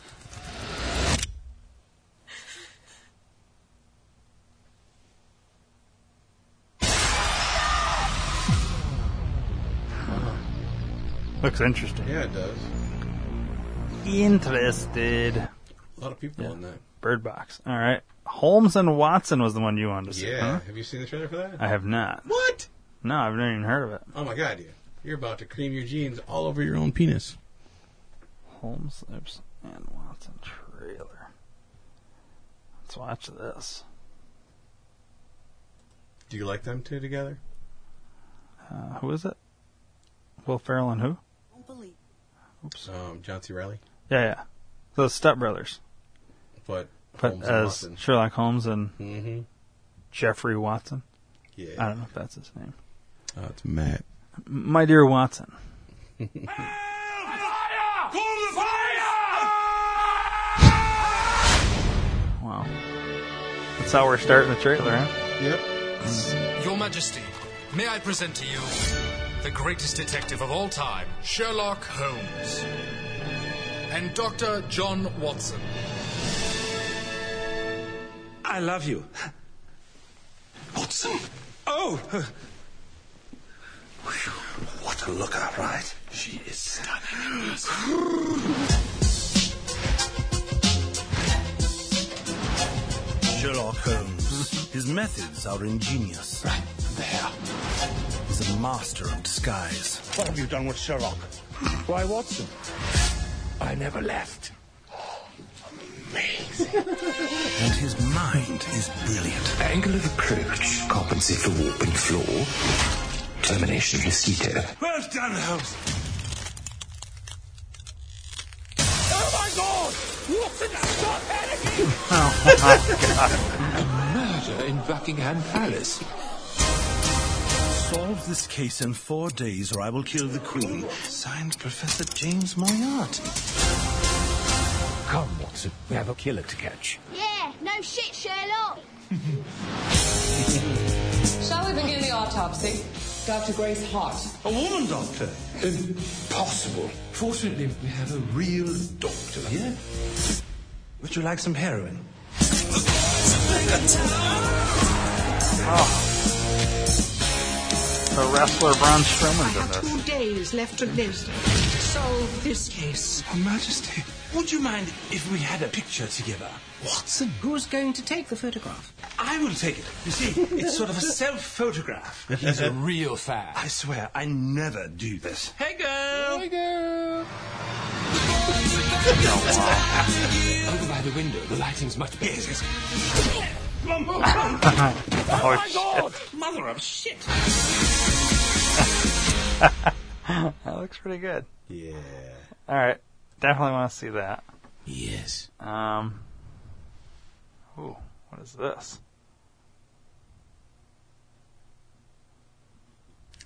Speaker 3: Looks interesting.
Speaker 1: Yeah, it does.
Speaker 3: Interested.
Speaker 1: A lot of people
Speaker 3: Yeah.
Speaker 1: in that.
Speaker 3: Bird Box. All right. Holmes and Watson was the one you wanted to see.
Speaker 1: Yeah.
Speaker 3: huh?
Speaker 1: Have you seen the trailer for that?
Speaker 3: I have not.
Speaker 1: What?
Speaker 3: No, I've never even heard of it.
Speaker 1: Oh my god, dude. You're about to cream your jeans all over your own penis.
Speaker 3: Holmes, Ibsen, and Watson trailer. Let's watch this.
Speaker 1: Do you like them two together?
Speaker 3: Uh, who is it? Will Ferrell and who? Oops.
Speaker 1: Um, John C. Riley.
Speaker 3: Yeah, yeah. The Step Brothers.
Speaker 1: But
Speaker 3: But
Speaker 1: Holmes and
Speaker 3: as
Speaker 1: Watson.
Speaker 3: Sherlock Holmes and
Speaker 1: Mhm.
Speaker 3: Jeffrey Watson.
Speaker 1: Yeah.
Speaker 3: I don't know if that's his name.
Speaker 1: Oh, it's Matt.
Speaker 3: My dear Watson.
Speaker 6: Call the fire!
Speaker 3: Wow. That's how we're starting the trailer, huh?
Speaker 24: Your Majesty, may I present to you the greatest detective of all time, Sherlock Holmes, and Dr. John Watson.
Speaker 25: I love you. Watson? Oh! Phew, What a looker, right? She is stunning.
Speaker 11: Sherlock Holmes. His methods are ingenious. Right there. He's a master of disguise. What have you done with Sherlock? Why, Watson? I never left. And his mind is brilliant.
Speaker 25: Angle of approach, compensate for warp and flaw. Termination mosquito.
Speaker 11: Well done, Holmes.
Speaker 6: Oh my god! Watson, stop panicking!
Speaker 11: Oh,
Speaker 25: Murder in Buckingham Palace.
Speaker 11: Solve this case in four days, or I will kill the Queen. Signed, Professor James Moriarty. Come, Watson. We have a killer to catch.
Speaker 26: Yeah, no shit, Sherlock.
Speaker 27: Shall we begin the autopsy?
Speaker 11: Dr. Grace Hart. A woman doctor? Impossible. Fortunately, we have a real doctor here.
Speaker 28: Would you like some heroin?
Speaker 3: The wrestler Braun Strowman's in this.
Speaker 21: Two days left to live. Solve this case.
Speaker 28: Her Majesty, would you mind if we had a picture together? Watson?
Speaker 21: Who's going to take the photograph?
Speaker 28: I will take it. You see, it's sort of a self photograph.
Speaker 11: He's a real fan.
Speaker 28: I swear, I never do this. Hey, girl!
Speaker 11: Hey, girl! Over by the window, the lighting's much better. Yes, yes. Mum, mum, mum.
Speaker 28: Oh,
Speaker 11: my God!
Speaker 28: Mother of shit!
Speaker 3: that looks pretty good.
Speaker 28: Yeah.
Speaker 3: All right, definitely want to see that.
Speaker 28: Yes.
Speaker 3: Um. Ooh, what is this?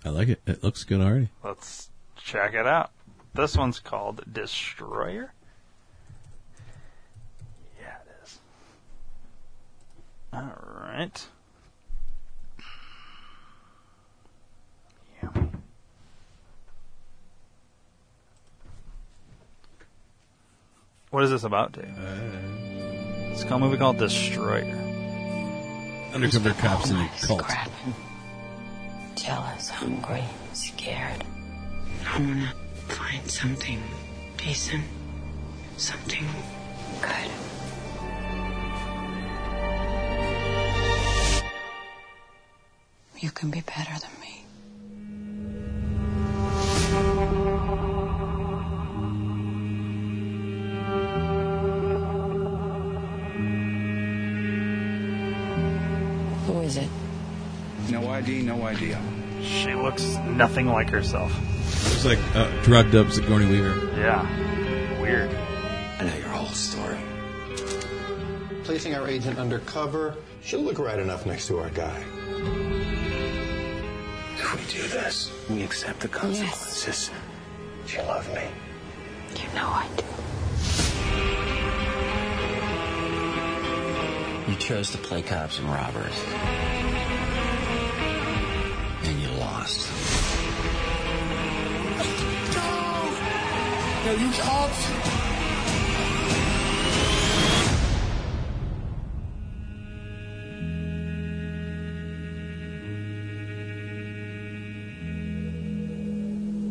Speaker 1: I like it. It looks good already.
Speaker 3: Let's check it out. This one's called Destroyer. Yeah, it is. All right. Yummy. What is this about, Dave? it's called a movie called Destroyer.
Speaker 1: Undercover cops in a cult.
Speaker 21: Jealous, hungry, scared. I want to find something decent, something good. You can be better than me.
Speaker 2: Who is it?
Speaker 29: No ID, no idea.
Speaker 3: She looks nothing like herself.
Speaker 1: It's like uh, drugged up Sigourney Weaver.
Speaker 3: Yeah. Weird.
Speaker 11: I know your whole story.
Speaker 30: Placing our agent undercover, she'll look right enough next to our guy.
Speaker 31: If we do this, we accept the consequences. Do you love me?
Speaker 21: You know I do.
Speaker 11: You chose to play cops and robbers. And you lost. No! you cops!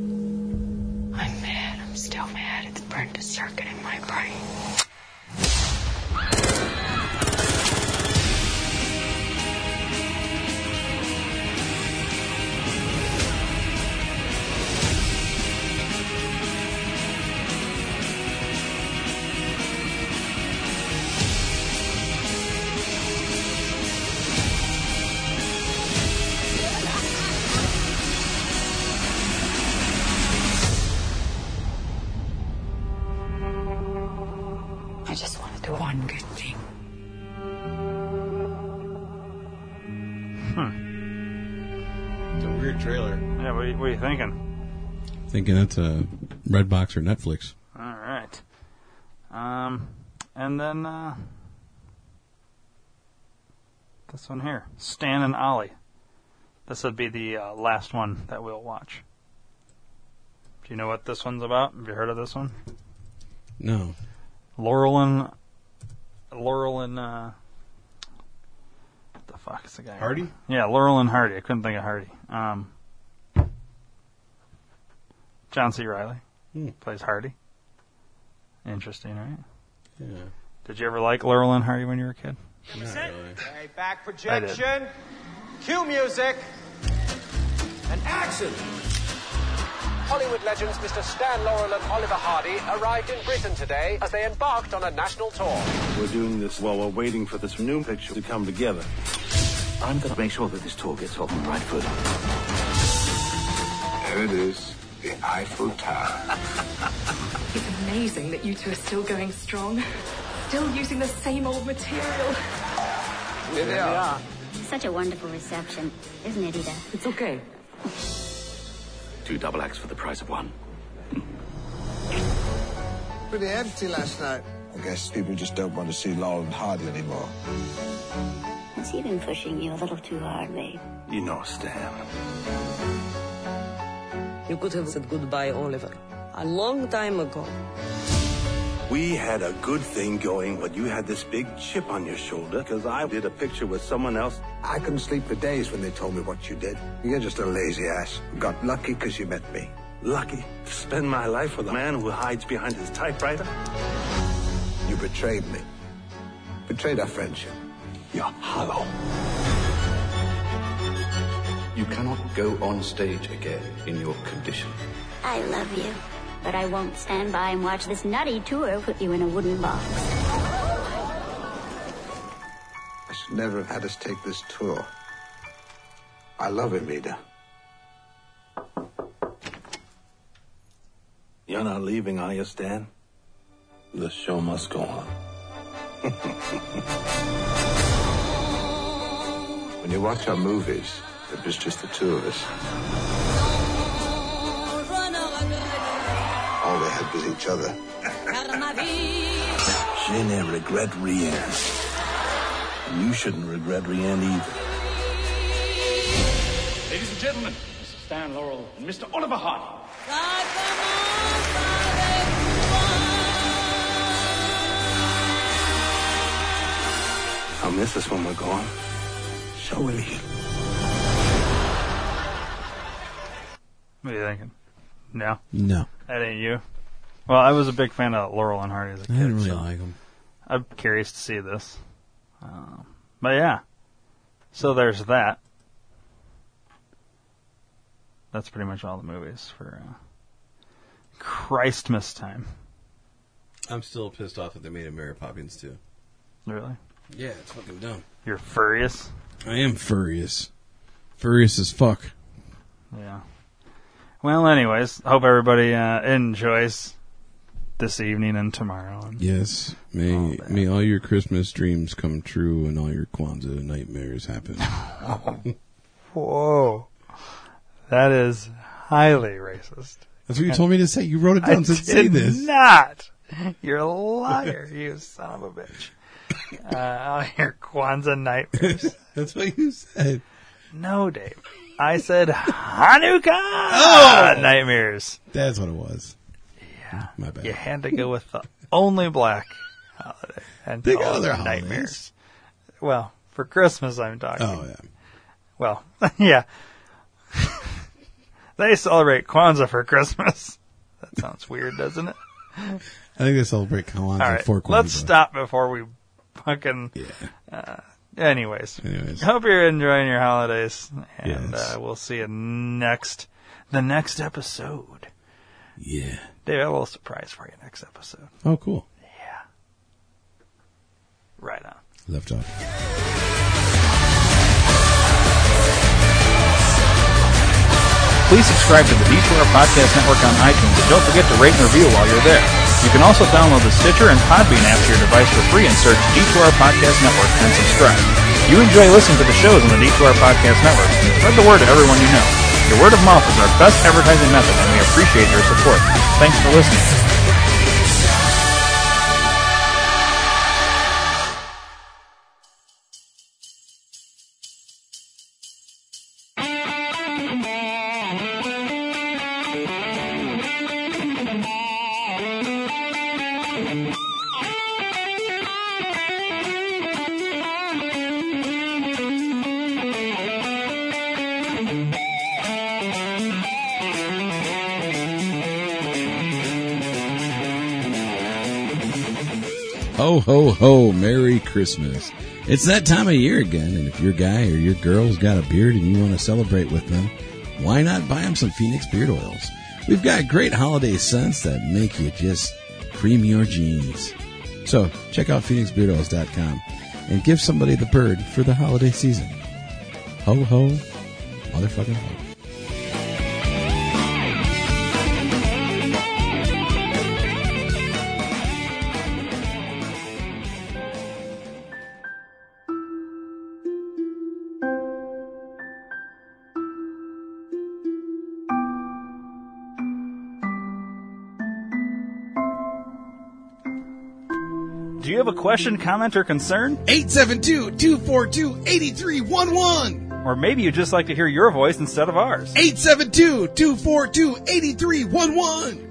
Speaker 21: I'm mad. I'm still mad. It's burned a circuit in my brain. I just want to do one good thing.
Speaker 1: It's a weird trailer.
Speaker 3: Yeah, what, what are you thinking?
Speaker 1: Thinking that's a Red Box or Netflix.
Speaker 3: All right. Um, and then uh, this one here, Stan and Ollie. This would be the uh, last one that we'll watch. Do you know what this one's about? Have you heard of this one?
Speaker 1: No.
Speaker 3: Laurel and Laurel and uh, what the fuck is the guy?
Speaker 1: Hardy?
Speaker 3: Yeah, Laurel and Hardy. I couldn't think of Hardy. Um, John C. Riley
Speaker 1: Hmm.
Speaker 3: plays Hardy. Interesting, right?
Speaker 1: Yeah.
Speaker 3: Did you ever like Laurel and Hardy when you were a kid?
Speaker 6: Okay, back projection. Cue music. And action. Hollywood legends Mr. Stan Laurel and Oliver Hardy arrived in Britain today as they embarked on a national tour.
Speaker 32: We're doing this while we're waiting for this new picture to come together. I'm gonna make sure that this tour gets off on the right foot.
Speaker 31: There it is, the Eiffel Tower.
Speaker 15: It's amazing that you two are still going strong. Still using the same old material.
Speaker 6: Here they are.
Speaker 13: Such a wonderful reception, isn't it, Ida?
Speaker 15: It's okay.
Speaker 31: Two double acts for the price of one.
Speaker 33: Pretty empty last night.
Speaker 34: I guess people just don't want to see Laurel and Hardy anymore.
Speaker 13: Perhaps you've been pushing you a little too hard, babe.
Speaker 11: You know, Stan.
Speaker 15: You could have said goodbye, Oliver, a long time ago.
Speaker 11: We had a good thing going, but you had this big chip on your shoulder because I did a picture with someone else.
Speaker 6: I couldn't sleep for days when they told me what you did. You're just a lazy ass. Got lucky because you met me.
Speaker 11: Lucky to spend my life with a man who hides behind his typewriter.
Speaker 6: You betrayed me. Betrayed our friendship.
Speaker 11: You're hollow.
Speaker 35: You cannot go on stage again in your condition.
Speaker 13: I love you, but I won't stand by and watch this nutty tour put you in a wooden box.
Speaker 6: I should never have had us take this tour. I love him, Rita.
Speaker 11: You're not leaving, are you, Stan?
Speaker 35: The show must go on.
Speaker 6: When you watch our movies, it was just the two of us. All they had was each other.
Speaker 11: Je ne regrette rien. You shouldn't regret rien either.
Speaker 36: Ladies and gentlemen, Mr. Stan Laurel and Mr. Oliver Hardy.
Speaker 11: I'll miss us when we're gone. So will he.
Speaker 3: What are you thinking? No,
Speaker 1: No.
Speaker 3: that ain't you. Well, I was a big fan of Laurel and Hardy as a kid.
Speaker 1: I didn't really
Speaker 3: so
Speaker 1: like them.
Speaker 3: I'm curious to see this. Um, but yeah, so there's that. That's pretty much all the movies for uh, Christmas time.
Speaker 1: I'm still pissed off that they made a Mary Poppins too.
Speaker 3: Really?
Speaker 1: Yeah, it's fucking dumb.
Speaker 3: You're furious.
Speaker 1: I am furious. Furious as fuck.
Speaker 3: Yeah. Well, anyways, hope everybody uh, enjoys this evening and tomorrow. And
Speaker 1: Yes. Oh, May may all your Christmas dreams come true and all your Kwanzaa nightmares happen.
Speaker 3: Whoa. That is highly racist.
Speaker 1: That's what you told me to say. You wrote it down
Speaker 3: I
Speaker 1: to say
Speaker 3: did
Speaker 1: this.
Speaker 3: not. You're a liar, you son of a bitch. Uh, I'll hear Kwanzaa nightmares.
Speaker 1: That's what you said.
Speaker 3: No, Dave. I said Hanukkah oh! nightmares.
Speaker 1: That's what it was.
Speaker 3: Yeah.
Speaker 1: My bad.
Speaker 3: You had to go with the only black holiday and
Speaker 1: They got
Speaker 3: all
Speaker 1: other
Speaker 3: the
Speaker 1: holidays.
Speaker 3: nightmares. Well, for Christmas, I'm talking.
Speaker 1: Oh yeah.
Speaker 3: Well, yeah. they celebrate Kwanzaa for Christmas. That sounds weird, doesn't it?
Speaker 1: I think they celebrate Kwanzaa
Speaker 3: All right,
Speaker 1: for Kwanzaa.
Speaker 3: let's stop before we fucking. Uh, anyways,
Speaker 1: Anyways.
Speaker 3: hope you're enjoying your holidays, and
Speaker 1: Yes.
Speaker 3: uh, we'll see you next the next episode.
Speaker 1: Yeah.
Speaker 3: Dave, I have a little surprise for you next episode.
Speaker 1: Oh cool.
Speaker 3: Right on.
Speaker 1: Left off.
Speaker 37: Please subscribe to the Detour Podcast Network on iTunes and don't forget to rate and review while you're there. You can also download the Stitcher and Podbean app to your device for free and search Detour Podcast Network and subscribe. You enjoy listening to the shows on the Detour Podcast Network and spread the word to everyone you know. Your word of mouth is our best advertising method and we appreciate your support. Thanks for listening.
Speaker 1: Ho, ho, ho, Merry Christmas. It's that time of year again, and if your guy or your girl's got a beard and you want to celebrate with them, why not buy them some Phoenix beard oils? We've got great holiday scents that make you just cream your jeans. So check out PhoenixBeardOils.com and give somebody the bird for the holiday season. Ho, ho, motherfucking ho.
Speaker 3: Do you have a question, comment, or concern?
Speaker 22: 872 242 8311.
Speaker 3: Or maybe you'd just like to hear your voice instead of ours.
Speaker 22: 872 242 8311.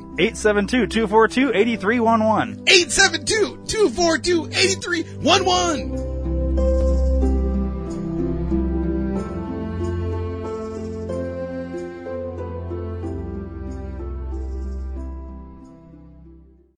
Speaker 3: 872-242-8311.
Speaker 22: 872-242-8311.